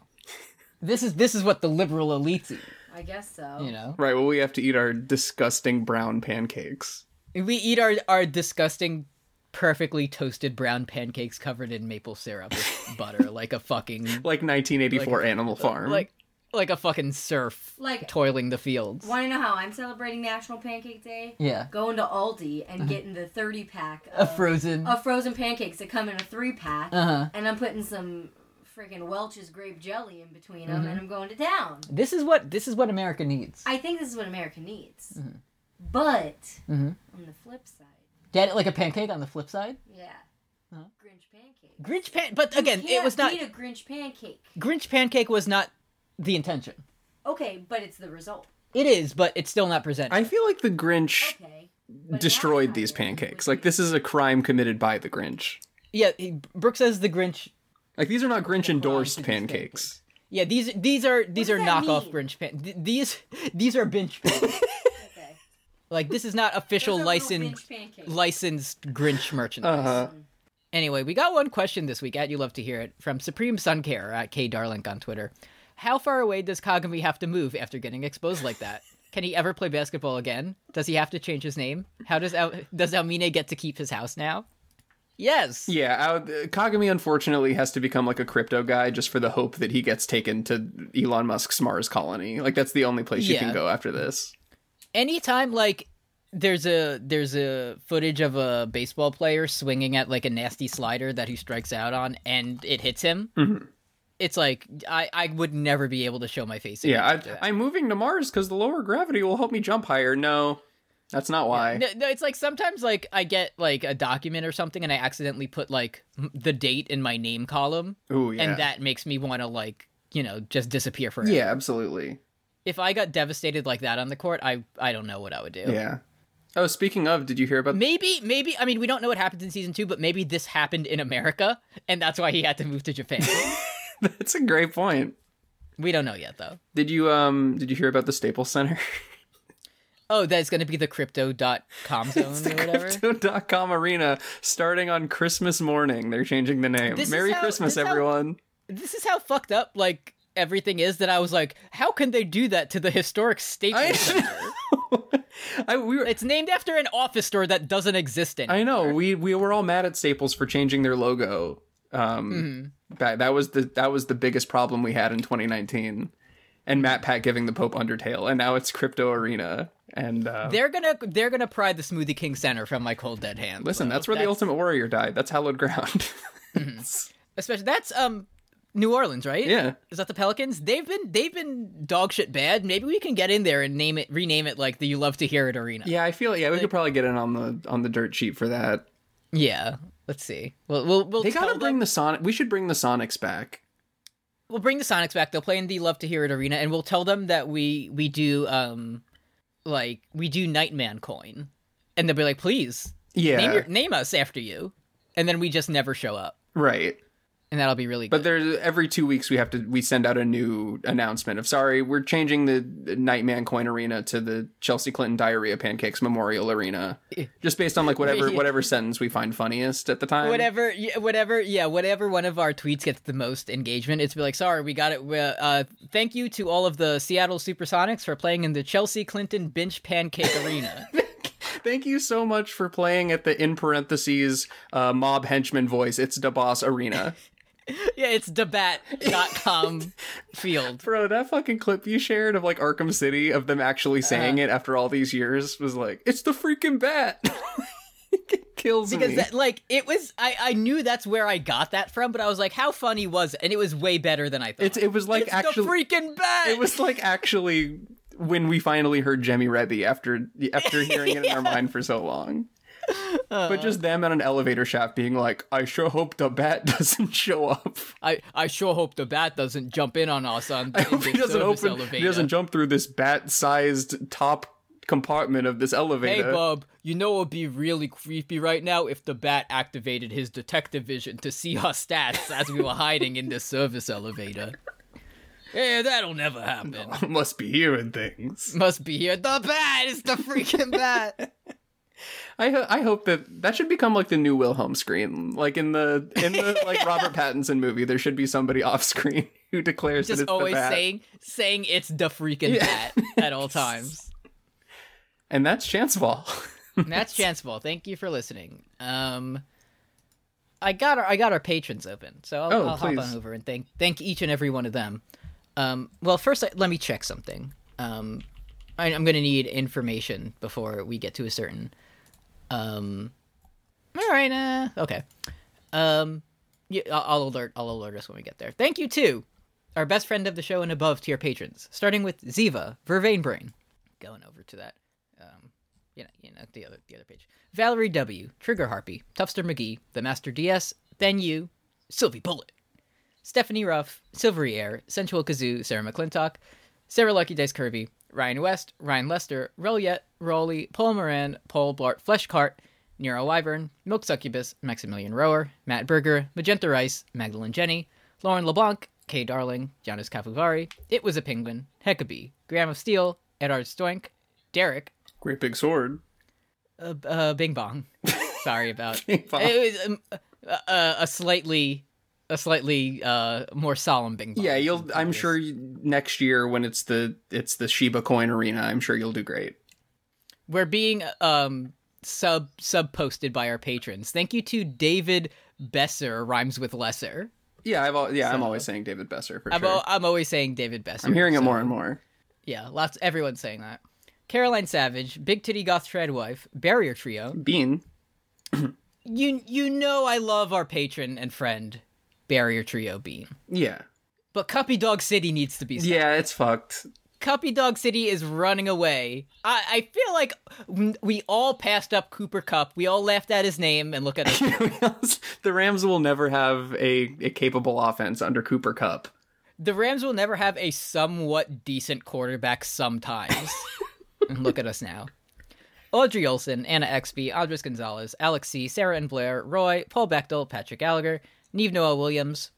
[SPEAKER 5] This is this is what the liberal elites eat,
[SPEAKER 7] I guess so.
[SPEAKER 5] you know.
[SPEAKER 6] Right. Well, we have to eat our disgusting brown pancakes.
[SPEAKER 5] We eat our our disgusting perfectly toasted brown pancakes covered in maple syrup with butter like a fucking
[SPEAKER 6] Like 1984 Animal Farm.
[SPEAKER 5] like like a fucking surf
[SPEAKER 7] Like-
[SPEAKER 5] toiling the fields.
[SPEAKER 7] Want to know how I'm celebrating National Pancake Day?
[SPEAKER 5] Yeah. Uh-huh.
[SPEAKER 7] Going to Aldi and getting the 30 pack
[SPEAKER 5] A
[SPEAKER 7] of,
[SPEAKER 5] frozen
[SPEAKER 7] of frozen pancakes that come in a three pack,
[SPEAKER 5] Uh-huh.
[SPEAKER 7] and I'm putting some freaking Welch's grape jelly in between
[SPEAKER 5] Mm-hmm.
[SPEAKER 7] them, and I'm going to town.
[SPEAKER 5] This is what this is what America needs.
[SPEAKER 7] I think this is what America needs. But on the flip side,
[SPEAKER 5] Get it like a pancake on the flip side.
[SPEAKER 7] yeah, Grinch pancake.
[SPEAKER 5] Grinch pan, but again,
[SPEAKER 7] You
[SPEAKER 5] it was
[SPEAKER 7] can't
[SPEAKER 5] not
[SPEAKER 7] beat a Grinch pancake.
[SPEAKER 5] Grinch pancake was not the intention.
[SPEAKER 7] Okay, but it's the result.
[SPEAKER 5] It is, but it's still not presented.
[SPEAKER 6] I feel like the Grinch
[SPEAKER 7] Okay. But
[SPEAKER 6] destroyed
[SPEAKER 7] that
[SPEAKER 6] these
[SPEAKER 7] happened
[SPEAKER 6] pancakes.
[SPEAKER 7] with
[SPEAKER 6] Like this is a crime committed by the Grinch.
[SPEAKER 5] yeah, he- Brooke says the Grinch.
[SPEAKER 6] Like these are not Grinch endorsed pancakes.
[SPEAKER 5] Yeah, these these are these are
[SPEAKER 7] does that
[SPEAKER 5] knockoff
[SPEAKER 7] mean?
[SPEAKER 5] Grinch pan. th- these these are binge pan.
[SPEAKER 7] Okay.
[SPEAKER 5] like this is not
[SPEAKER 7] Those
[SPEAKER 5] official
[SPEAKER 7] are real
[SPEAKER 5] licensed
[SPEAKER 7] Grinch pancakes.
[SPEAKER 5] licensed Grinch merchandise. Anyway, we got one question this week at You Love to Hear It from Supreme Sun Care at K Darlink on Twitter. How far away does Kagami have to move after getting exposed like that? Can he ever play basketball again? Does he have to change his name? How does Al- does Almine get to keep his house now? Yes.
[SPEAKER 6] Yeah, I would- uh, Kagami unfortunately has to become like a crypto guy just for the hope that he gets taken to Elon Musk's Mars colony. Like that's the only place you
[SPEAKER 5] Yeah.
[SPEAKER 6] can go after this.
[SPEAKER 5] anytime like there's a there's a footage of a baseball player swinging at like a nasty slider that he strikes out on and it hits him
[SPEAKER 6] Mm-hmm.
[SPEAKER 5] it's like i i would never be able to show my face
[SPEAKER 6] Yeah,
[SPEAKER 5] after that.
[SPEAKER 6] I, I'm moving to Mars because the lower gravity will help me jump higher. No, that's not why.
[SPEAKER 5] no, no, it's like sometimes like I get like a document or something and I accidentally put like m- the date in my name column
[SPEAKER 6] Ooh, yeah.
[SPEAKER 5] and that makes me want to like, you know, just disappear forever.
[SPEAKER 6] Yeah, absolutely.
[SPEAKER 5] If I got devastated like that on the court, I I don't know what I would do.
[SPEAKER 6] Yeah. Oh, speaking of, did you hear about?
[SPEAKER 5] Maybe, maybe. I mean, we don't know what happens in season two, but maybe this happened in America, and that's why he had to move to Japan.
[SPEAKER 6] That's a great point.
[SPEAKER 5] we don't know yet, though.
[SPEAKER 6] Did you um? Did you hear about the Staples Center?
[SPEAKER 5] Oh, that's going to be the crypto.com zone or whatever.
[SPEAKER 6] Crypto.com Arena starting on Christmas morning. They're changing the name.
[SPEAKER 5] This is
[SPEAKER 6] Merry
[SPEAKER 5] how-
[SPEAKER 6] Christmas,
[SPEAKER 5] this is how-
[SPEAKER 6] everyone.
[SPEAKER 5] This is how fucked up like everything is that I was like, how can they do that to the historic
[SPEAKER 6] I
[SPEAKER 5] Staples? Center?
[SPEAKER 6] know. I, we were,
[SPEAKER 5] It's named after an office store that doesn't exist anymore.
[SPEAKER 6] I know. We we were all mad at Staples for changing their logo. Um, that, that was the that was the biggest problem we had in 2019. And Matt Pat giving the Pope Undertale, and now it's Crypto Arena. And uh,
[SPEAKER 5] They're gonna they're gonna pry the Smoothie King Center from my cold dead hand.
[SPEAKER 6] listen, that's where the Ultimate Warrior died. That's hallowed ground.
[SPEAKER 5] especially that's um New Orleans, right?
[SPEAKER 6] Yeah.
[SPEAKER 5] Is that the Pelicans? They've been they've been dog shit bad. Maybe we can get in there and name it rename it like the You Love to Hear It Arena.
[SPEAKER 6] yeah, I feel. Yeah, we could probably get in on the on the dirt sheet for that.
[SPEAKER 5] Yeah. Let's see. We'll we'll, we'll
[SPEAKER 6] They
[SPEAKER 5] tell
[SPEAKER 6] gotta
[SPEAKER 5] them-
[SPEAKER 6] bring the Sonic. We should bring the Sonics back.
[SPEAKER 5] we'll bring the Sonics back. They'll play in the Love to Hear It Arena and we'll tell them that we we do um like we do Nightman coin. And they'll be like, "Please
[SPEAKER 6] Yeah,
[SPEAKER 5] name your, name us after you." And then we just never show up.
[SPEAKER 6] right.
[SPEAKER 5] And that'll be really good.
[SPEAKER 6] But there, every two weeks we have to we send out a new announcement of sorry, we're changing the Nightman Coin Arena to the Chelsea Clinton Diarrhea Pancakes Memorial Arena, just based on like whatever
[SPEAKER 5] Yeah.
[SPEAKER 6] whatever sentence we find funniest at the time.
[SPEAKER 5] whatever yeah, whatever yeah whatever one of our tweets gets the most engagement it's be like sorry we got it we- uh thank you to all of the seattle supersonics for playing in the chelsea clinton bench pancake arena
[SPEAKER 6] Thank you so much for playing at the in parentheses uh, mob henchman voice. It's the boss arena,
[SPEAKER 5] yeah it's debat.com field
[SPEAKER 6] bro. That fucking clip you shared of like Arkham City of them actually
[SPEAKER 5] Uh-huh.
[SPEAKER 6] saying it after all these years was like it's the freaking bat. it kills
[SPEAKER 5] because
[SPEAKER 6] me.
[SPEAKER 5] that like it was i i knew that's where i got that from but i was like how funny was it and it was way better than i thought
[SPEAKER 6] it's it was like
[SPEAKER 5] It's
[SPEAKER 6] actually
[SPEAKER 5] the freaking bat
[SPEAKER 6] it was like actually when we finally heard Jemmy Rebby after after hearing it in our mind for so long.
[SPEAKER 5] Uh-huh.
[SPEAKER 6] But just them at an elevator shaft being like, I sure hope the bat doesn't show up.
[SPEAKER 5] i i sure hope the bat doesn't jump in on us on
[SPEAKER 6] I hope he doesn't open he doesn't jump through this bat sized top compartment of this
[SPEAKER 5] Hey,
[SPEAKER 6] elevator.
[SPEAKER 5] Bub, you know it would be really creepy right now if the bat activated his detective vision to see our stats as we were hiding in this service elevator. Yeah, that'll never happen.
[SPEAKER 6] Must be hearing things.
[SPEAKER 5] Must be here. The bat is the freaking bat.
[SPEAKER 6] I ho- I hope that that should become like the new Wilhelm scream, like in the in the like Robert Pattinson movie. There should be somebody off screen who declares that
[SPEAKER 5] Just
[SPEAKER 6] it's
[SPEAKER 5] always
[SPEAKER 6] the bat.
[SPEAKER 5] saying saying it's the freaking bat at all times.
[SPEAKER 6] and that's Chanceball.
[SPEAKER 5] And that's Chanceball. Thank you for listening. Um, I got our I got our patrons open, so I'll,
[SPEAKER 6] Oh,
[SPEAKER 5] I'll hop
[SPEAKER 6] please.
[SPEAKER 5] on over and thank thank each and every one of them. Um, well, first I, let me check something. Um, I, I'm going to need information before we get to a certain. Um, all right, uh, okay. Um, yeah, I'll, I'll alert I'll alert us when we get there. Thank you to our best friend of the show and above tier patrons, starting with Ziva Vervain Brain. Going over to that you know, you know, the other the other page. Valerie W, Trigger Harpy, Tufster McGee, The Master DS, then you, Sylvie Bullet, Stephanie Ruff, Silvery Air, Sensual Kazoo, Sarah McClintock, Sarah Lucky Dice Kirby, Ryan West, Ryan Lester, Reliet, Rowley, Paul Moran, Paul Blart Fleshcart, Nero Wyvern, Milk Succubus, Maximilian Rower, Matt Berger, Magenta Rice, Magdalene Jenny, Lauren LeBlanc, Kay Darling, Giannis Cafuvari, It Was a Penguin, Heckabee, Graham of Steel, Edard Stoink, Derek,
[SPEAKER 6] Great big sword.
[SPEAKER 5] uh, uh, Bing Bong. Sorry about
[SPEAKER 6] Bing Bong.
[SPEAKER 5] it was um, uh, uh, a slightly a slightly uh, more solemn Bing Bong.
[SPEAKER 6] Yeah, you'll. I'm sure you, next year when it's the it's the Shiba Coin Arena, I'm sure you'll do great.
[SPEAKER 5] We're being um sub sub posted by our patrons. Thank you to David Besser rhymes with lesser.
[SPEAKER 6] Yeah, I've al- yeah, I'm always saying David Besser for
[SPEAKER 5] I'm,
[SPEAKER 6] sure.
[SPEAKER 5] al- I'm always saying David Besser.
[SPEAKER 6] I'm hearing it
[SPEAKER 5] so-
[SPEAKER 6] more and more.
[SPEAKER 5] Yeah, lots everyone's saying that. Caroline Savage, Big Titty Goth Treadwife, Barrier Trio.
[SPEAKER 6] Bean,
[SPEAKER 5] You you know I love our patron and friend Barrier Trio Bean.
[SPEAKER 6] yeah,
[SPEAKER 5] But Cuppy Dog City needs to be stopped.
[SPEAKER 6] yeah, it's fucked.
[SPEAKER 5] Cuppy Dog City is running away. I, I feel like w- we all passed up Cooper Cup. We all laughed at his name and look at us.
[SPEAKER 6] the Rams will never have a, a capable offense under Cooper Cup.
[SPEAKER 5] the Rams will never have a somewhat decent quarterback sometimes. and look at us now. Audrey Olson, Anna XB, Andres Gonzalez, Alex C, Sarah and Blair, Roy, Paul Bechtel, Patrick Gallagher, Neve Noah Williams,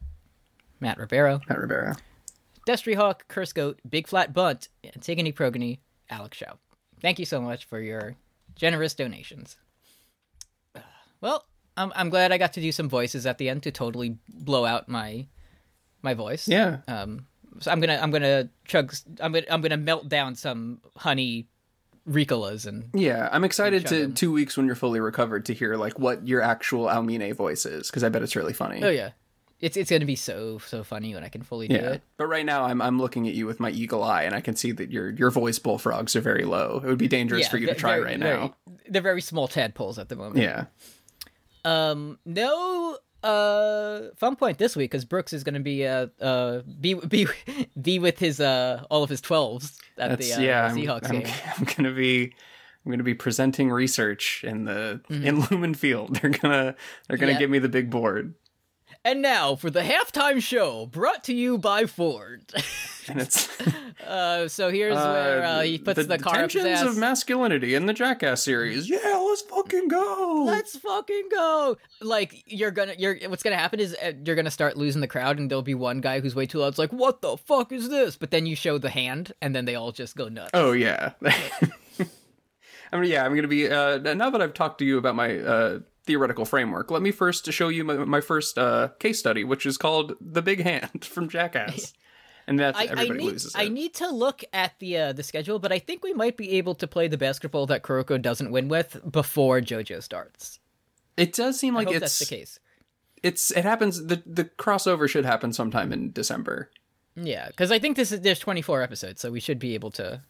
[SPEAKER 5] Matt Ribeiro,
[SPEAKER 6] Pat Rivera.
[SPEAKER 5] Destry Hawk, Curse Goat, Big Flat Bunt, Antigone Progony, Alex Shaw. Thank you so much for your generous donations. Well, I'm, I'm glad I got to do some voices at the end to totally blow out my my voice.
[SPEAKER 6] Yeah,
[SPEAKER 5] Um, so I'm gonna I'm gonna chug I'm gonna I'm gonna melt down some honey Ricolas and
[SPEAKER 6] yeah. I'm excited
[SPEAKER 5] Chug
[SPEAKER 6] to
[SPEAKER 5] him.
[SPEAKER 6] two weeks when you're fully recovered to hear like what your actual Almine voice is because I bet it's really funny.
[SPEAKER 5] oh yeah, it's it's gonna be so so funny when I can fully do
[SPEAKER 6] Yeah.
[SPEAKER 5] it.
[SPEAKER 6] But right now I'm I'm looking at you with my eagle eye and I can see that your your voice bullfrogs are very low. It would be dangerous for you to
[SPEAKER 5] ve-
[SPEAKER 6] try
[SPEAKER 5] very-
[SPEAKER 6] right
[SPEAKER 5] very-
[SPEAKER 6] now.
[SPEAKER 5] They're very small tadpoles at the moment.
[SPEAKER 6] Yeah.
[SPEAKER 5] Um, no uh fun point this week because Brooks is going to be uh uh be be be with his uh all of his twelves at
[SPEAKER 6] That's
[SPEAKER 5] the uh,
[SPEAKER 6] yeah. I'm,
[SPEAKER 5] Seahawks
[SPEAKER 6] I'm,
[SPEAKER 5] game.
[SPEAKER 6] I'm gonna be I'm gonna be presenting research in the
[SPEAKER 5] Mm-hmm.
[SPEAKER 6] in Lumen Field. They're gonna they're gonna
[SPEAKER 5] Yeah.
[SPEAKER 6] give me the big board.
[SPEAKER 5] And now for the halftime show brought to you by Ford.
[SPEAKER 6] And it's
[SPEAKER 5] uh, so here's where uh, he puts the, car up his
[SPEAKER 6] tensions
[SPEAKER 5] ass.
[SPEAKER 6] of masculinity in the Jackass series. Yeah, let's fucking go.
[SPEAKER 5] Let's fucking go! Like you're gonna, you're what's gonna happen is uh, you're gonna start losing the crowd, and there'll be one guy who's way too loud. It's like, what the fuck is this? But then you show the hand, and then they all just go nuts.
[SPEAKER 6] Oh yeah. I mean, yeah, I'm gonna be. Uh, now that I've talked to you about my uh, theoretical framework, let me first show you my, my first uh, case study, which is called "The Big Hand" from Jackass, and that's
[SPEAKER 5] I, I
[SPEAKER 6] everybody
[SPEAKER 5] need
[SPEAKER 6] loses it.
[SPEAKER 5] I need to look at the uh, the schedule, but I think we might be able to play the basketball that Kuroko doesn't win with before JoJo starts.
[SPEAKER 6] it does seem like
[SPEAKER 5] I hope
[SPEAKER 6] it's
[SPEAKER 5] that's the case.
[SPEAKER 6] it's it happens. The the crossover should happen sometime in December.
[SPEAKER 5] Yeah, because I think this is there's 24 episodes, so we should be able to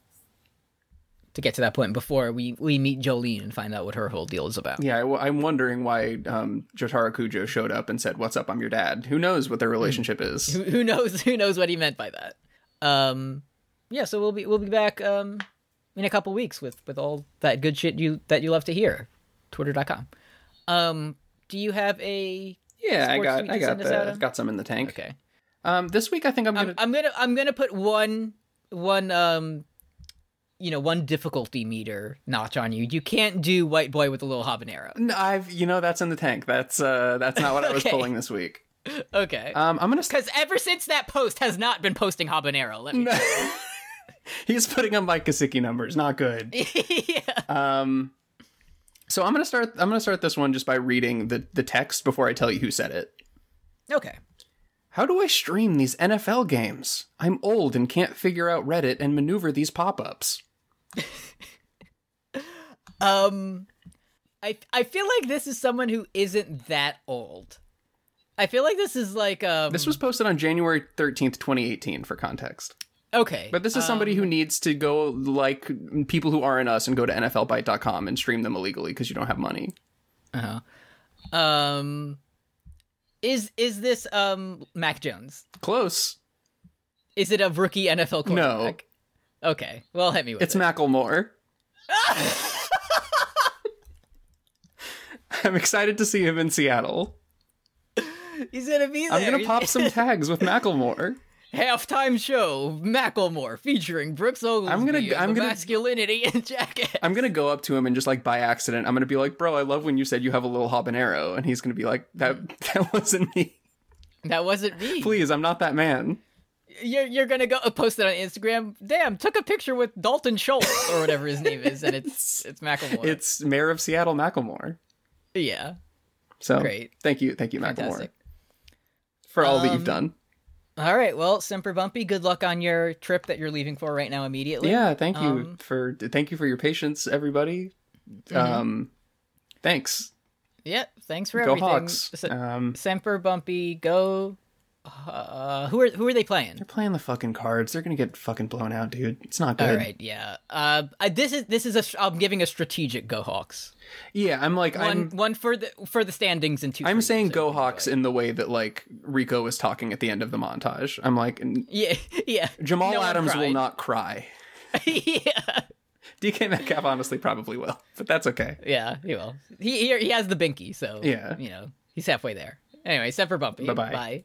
[SPEAKER 5] to get to that point before we we meet Jolene and find out what her whole deal is about.
[SPEAKER 6] Yeah, I, am wondering why um, Jotaro Kujo showed up and said, "What's up? I'm your dad." Who knows what their relationship is?
[SPEAKER 5] Hmm. Who, who knows? Who knows what he meant by that? Um, yeah, so we'll be we'll be back um in a couple weeks with with all that good shit you that you love to hear. Twitter.com. Um, do you have a
[SPEAKER 6] Yeah, I
[SPEAKER 5] Sports
[SPEAKER 6] got
[SPEAKER 5] tweet
[SPEAKER 6] I
[SPEAKER 5] to
[SPEAKER 6] got
[SPEAKER 5] send us out
[SPEAKER 6] that.
[SPEAKER 5] on?
[SPEAKER 6] Got some in the tank.
[SPEAKER 5] okay?
[SPEAKER 6] Um, this week I think I'm gonna.
[SPEAKER 5] I'm, I'm gonna I'm gonna put one one um you know one difficulty meter notch on you. You can't do white boy with a little habanero.
[SPEAKER 6] No, I've you know that's in the tank. That's uh that's not what I was
[SPEAKER 5] Okay.
[SPEAKER 6] pulling this week.
[SPEAKER 5] Okay.
[SPEAKER 6] Um, I'm gonna. St-
[SPEAKER 5] because Uh, ever since that post has not been posting habanero. Let me.
[SPEAKER 6] He's putting up my Kasiki numbers. Not good.
[SPEAKER 5] yeah.
[SPEAKER 6] Um, So I'm gonna start. I'm gonna start this one just by reading the the text before I tell you who said it.
[SPEAKER 5] Okay.
[SPEAKER 6] How do I stream these NFL games? I'm old and can't figure out Reddit and maneuver these pop ups.
[SPEAKER 5] Um, I I feel like this is someone who isn't that old. I feel like this is like um.
[SPEAKER 6] This was posted on January 13th, 2018, for context.
[SPEAKER 5] okay,
[SPEAKER 6] But this is somebody who needs to go like people who aren't us and go to NFLBite.com and stream them illegally because you don't have money.
[SPEAKER 5] um, is is this um Mac Jones?
[SPEAKER 6] Close.
[SPEAKER 5] Is it a rookie NFL
[SPEAKER 6] No.
[SPEAKER 5] quarterback? No. Okay. Well, hit me with
[SPEAKER 6] It's
[SPEAKER 5] it.
[SPEAKER 6] Macklemore. I'm excited to see him in Seattle.
[SPEAKER 5] He's gonna be there.
[SPEAKER 6] I'm gonna pop some tags with Macklemore.
[SPEAKER 5] halftime show. Macklemore featuring Brooks Oglesby.
[SPEAKER 6] I'm gonna-
[SPEAKER 5] of
[SPEAKER 6] I'm
[SPEAKER 5] the
[SPEAKER 6] gonna-
[SPEAKER 5] masculinity and jacket.
[SPEAKER 6] I'm gonna go up to him and just like by accident, I'm gonna be like, "Bro, I love when you said you have a little habanero," and he's gonna be like, "That that wasn't me.
[SPEAKER 5] That wasn't me.
[SPEAKER 6] Please, I'm not that man."
[SPEAKER 5] You're you're gonna go uh, post it on Instagram. Damn, took a picture with Dalton Schultz or whatever his name is, and it's it's Macklemore.
[SPEAKER 6] It's Mayor of Seattle Macklemore.
[SPEAKER 5] yeah,
[SPEAKER 6] So
[SPEAKER 5] Great.
[SPEAKER 6] Thank you, thank you, Macklemore,
[SPEAKER 5] fantastic. Um,
[SPEAKER 6] for all that you've done.
[SPEAKER 5] All right, well, Semper Bumpy, good luck on your trip that you're leaving for right now immediately.
[SPEAKER 6] Yeah, thank you
[SPEAKER 5] um, Mm-hmm.
[SPEAKER 6] for thank you for your patience, everybody. Um, thanks.
[SPEAKER 5] Yeah, thanks for
[SPEAKER 6] Go
[SPEAKER 5] everything.
[SPEAKER 6] Hawks.
[SPEAKER 5] Se-
[SPEAKER 6] um,
[SPEAKER 5] Semper Bumpy, go. Uh, who are who are they playing?
[SPEAKER 6] they're playing the fucking cards. They're gonna get fucking blown out, dude. It's not good.
[SPEAKER 5] All right, yeah. Uh, I, this is this is a. str- I'm giving a strategic Go Hawks.
[SPEAKER 6] Yeah, I'm like
[SPEAKER 5] One
[SPEAKER 6] I'm
[SPEAKER 5] one for the for the standings and two. for
[SPEAKER 6] I'm
[SPEAKER 5] you,
[SPEAKER 6] saying
[SPEAKER 5] so
[SPEAKER 6] go
[SPEAKER 5] you can
[SPEAKER 6] Hawks
[SPEAKER 5] it.
[SPEAKER 6] in the way that like Rico was talking at the end of the montage. I'm like n-
[SPEAKER 5] Yeah, yeah.
[SPEAKER 6] Jamal
[SPEAKER 5] No one
[SPEAKER 6] Adams will
[SPEAKER 5] cried.
[SPEAKER 6] not cry.
[SPEAKER 5] yeah,
[SPEAKER 6] DK Metcalf honestly probably will, but that's okay.
[SPEAKER 5] yeah. He will. He he, he has the binky, so
[SPEAKER 6] Yeah.
[SPEAKER 5] You know, he's halfway there. Anyway, except for Bumpy.
[SPEAKER 6] Bye-bye.
[SPEAKER 5] Bye.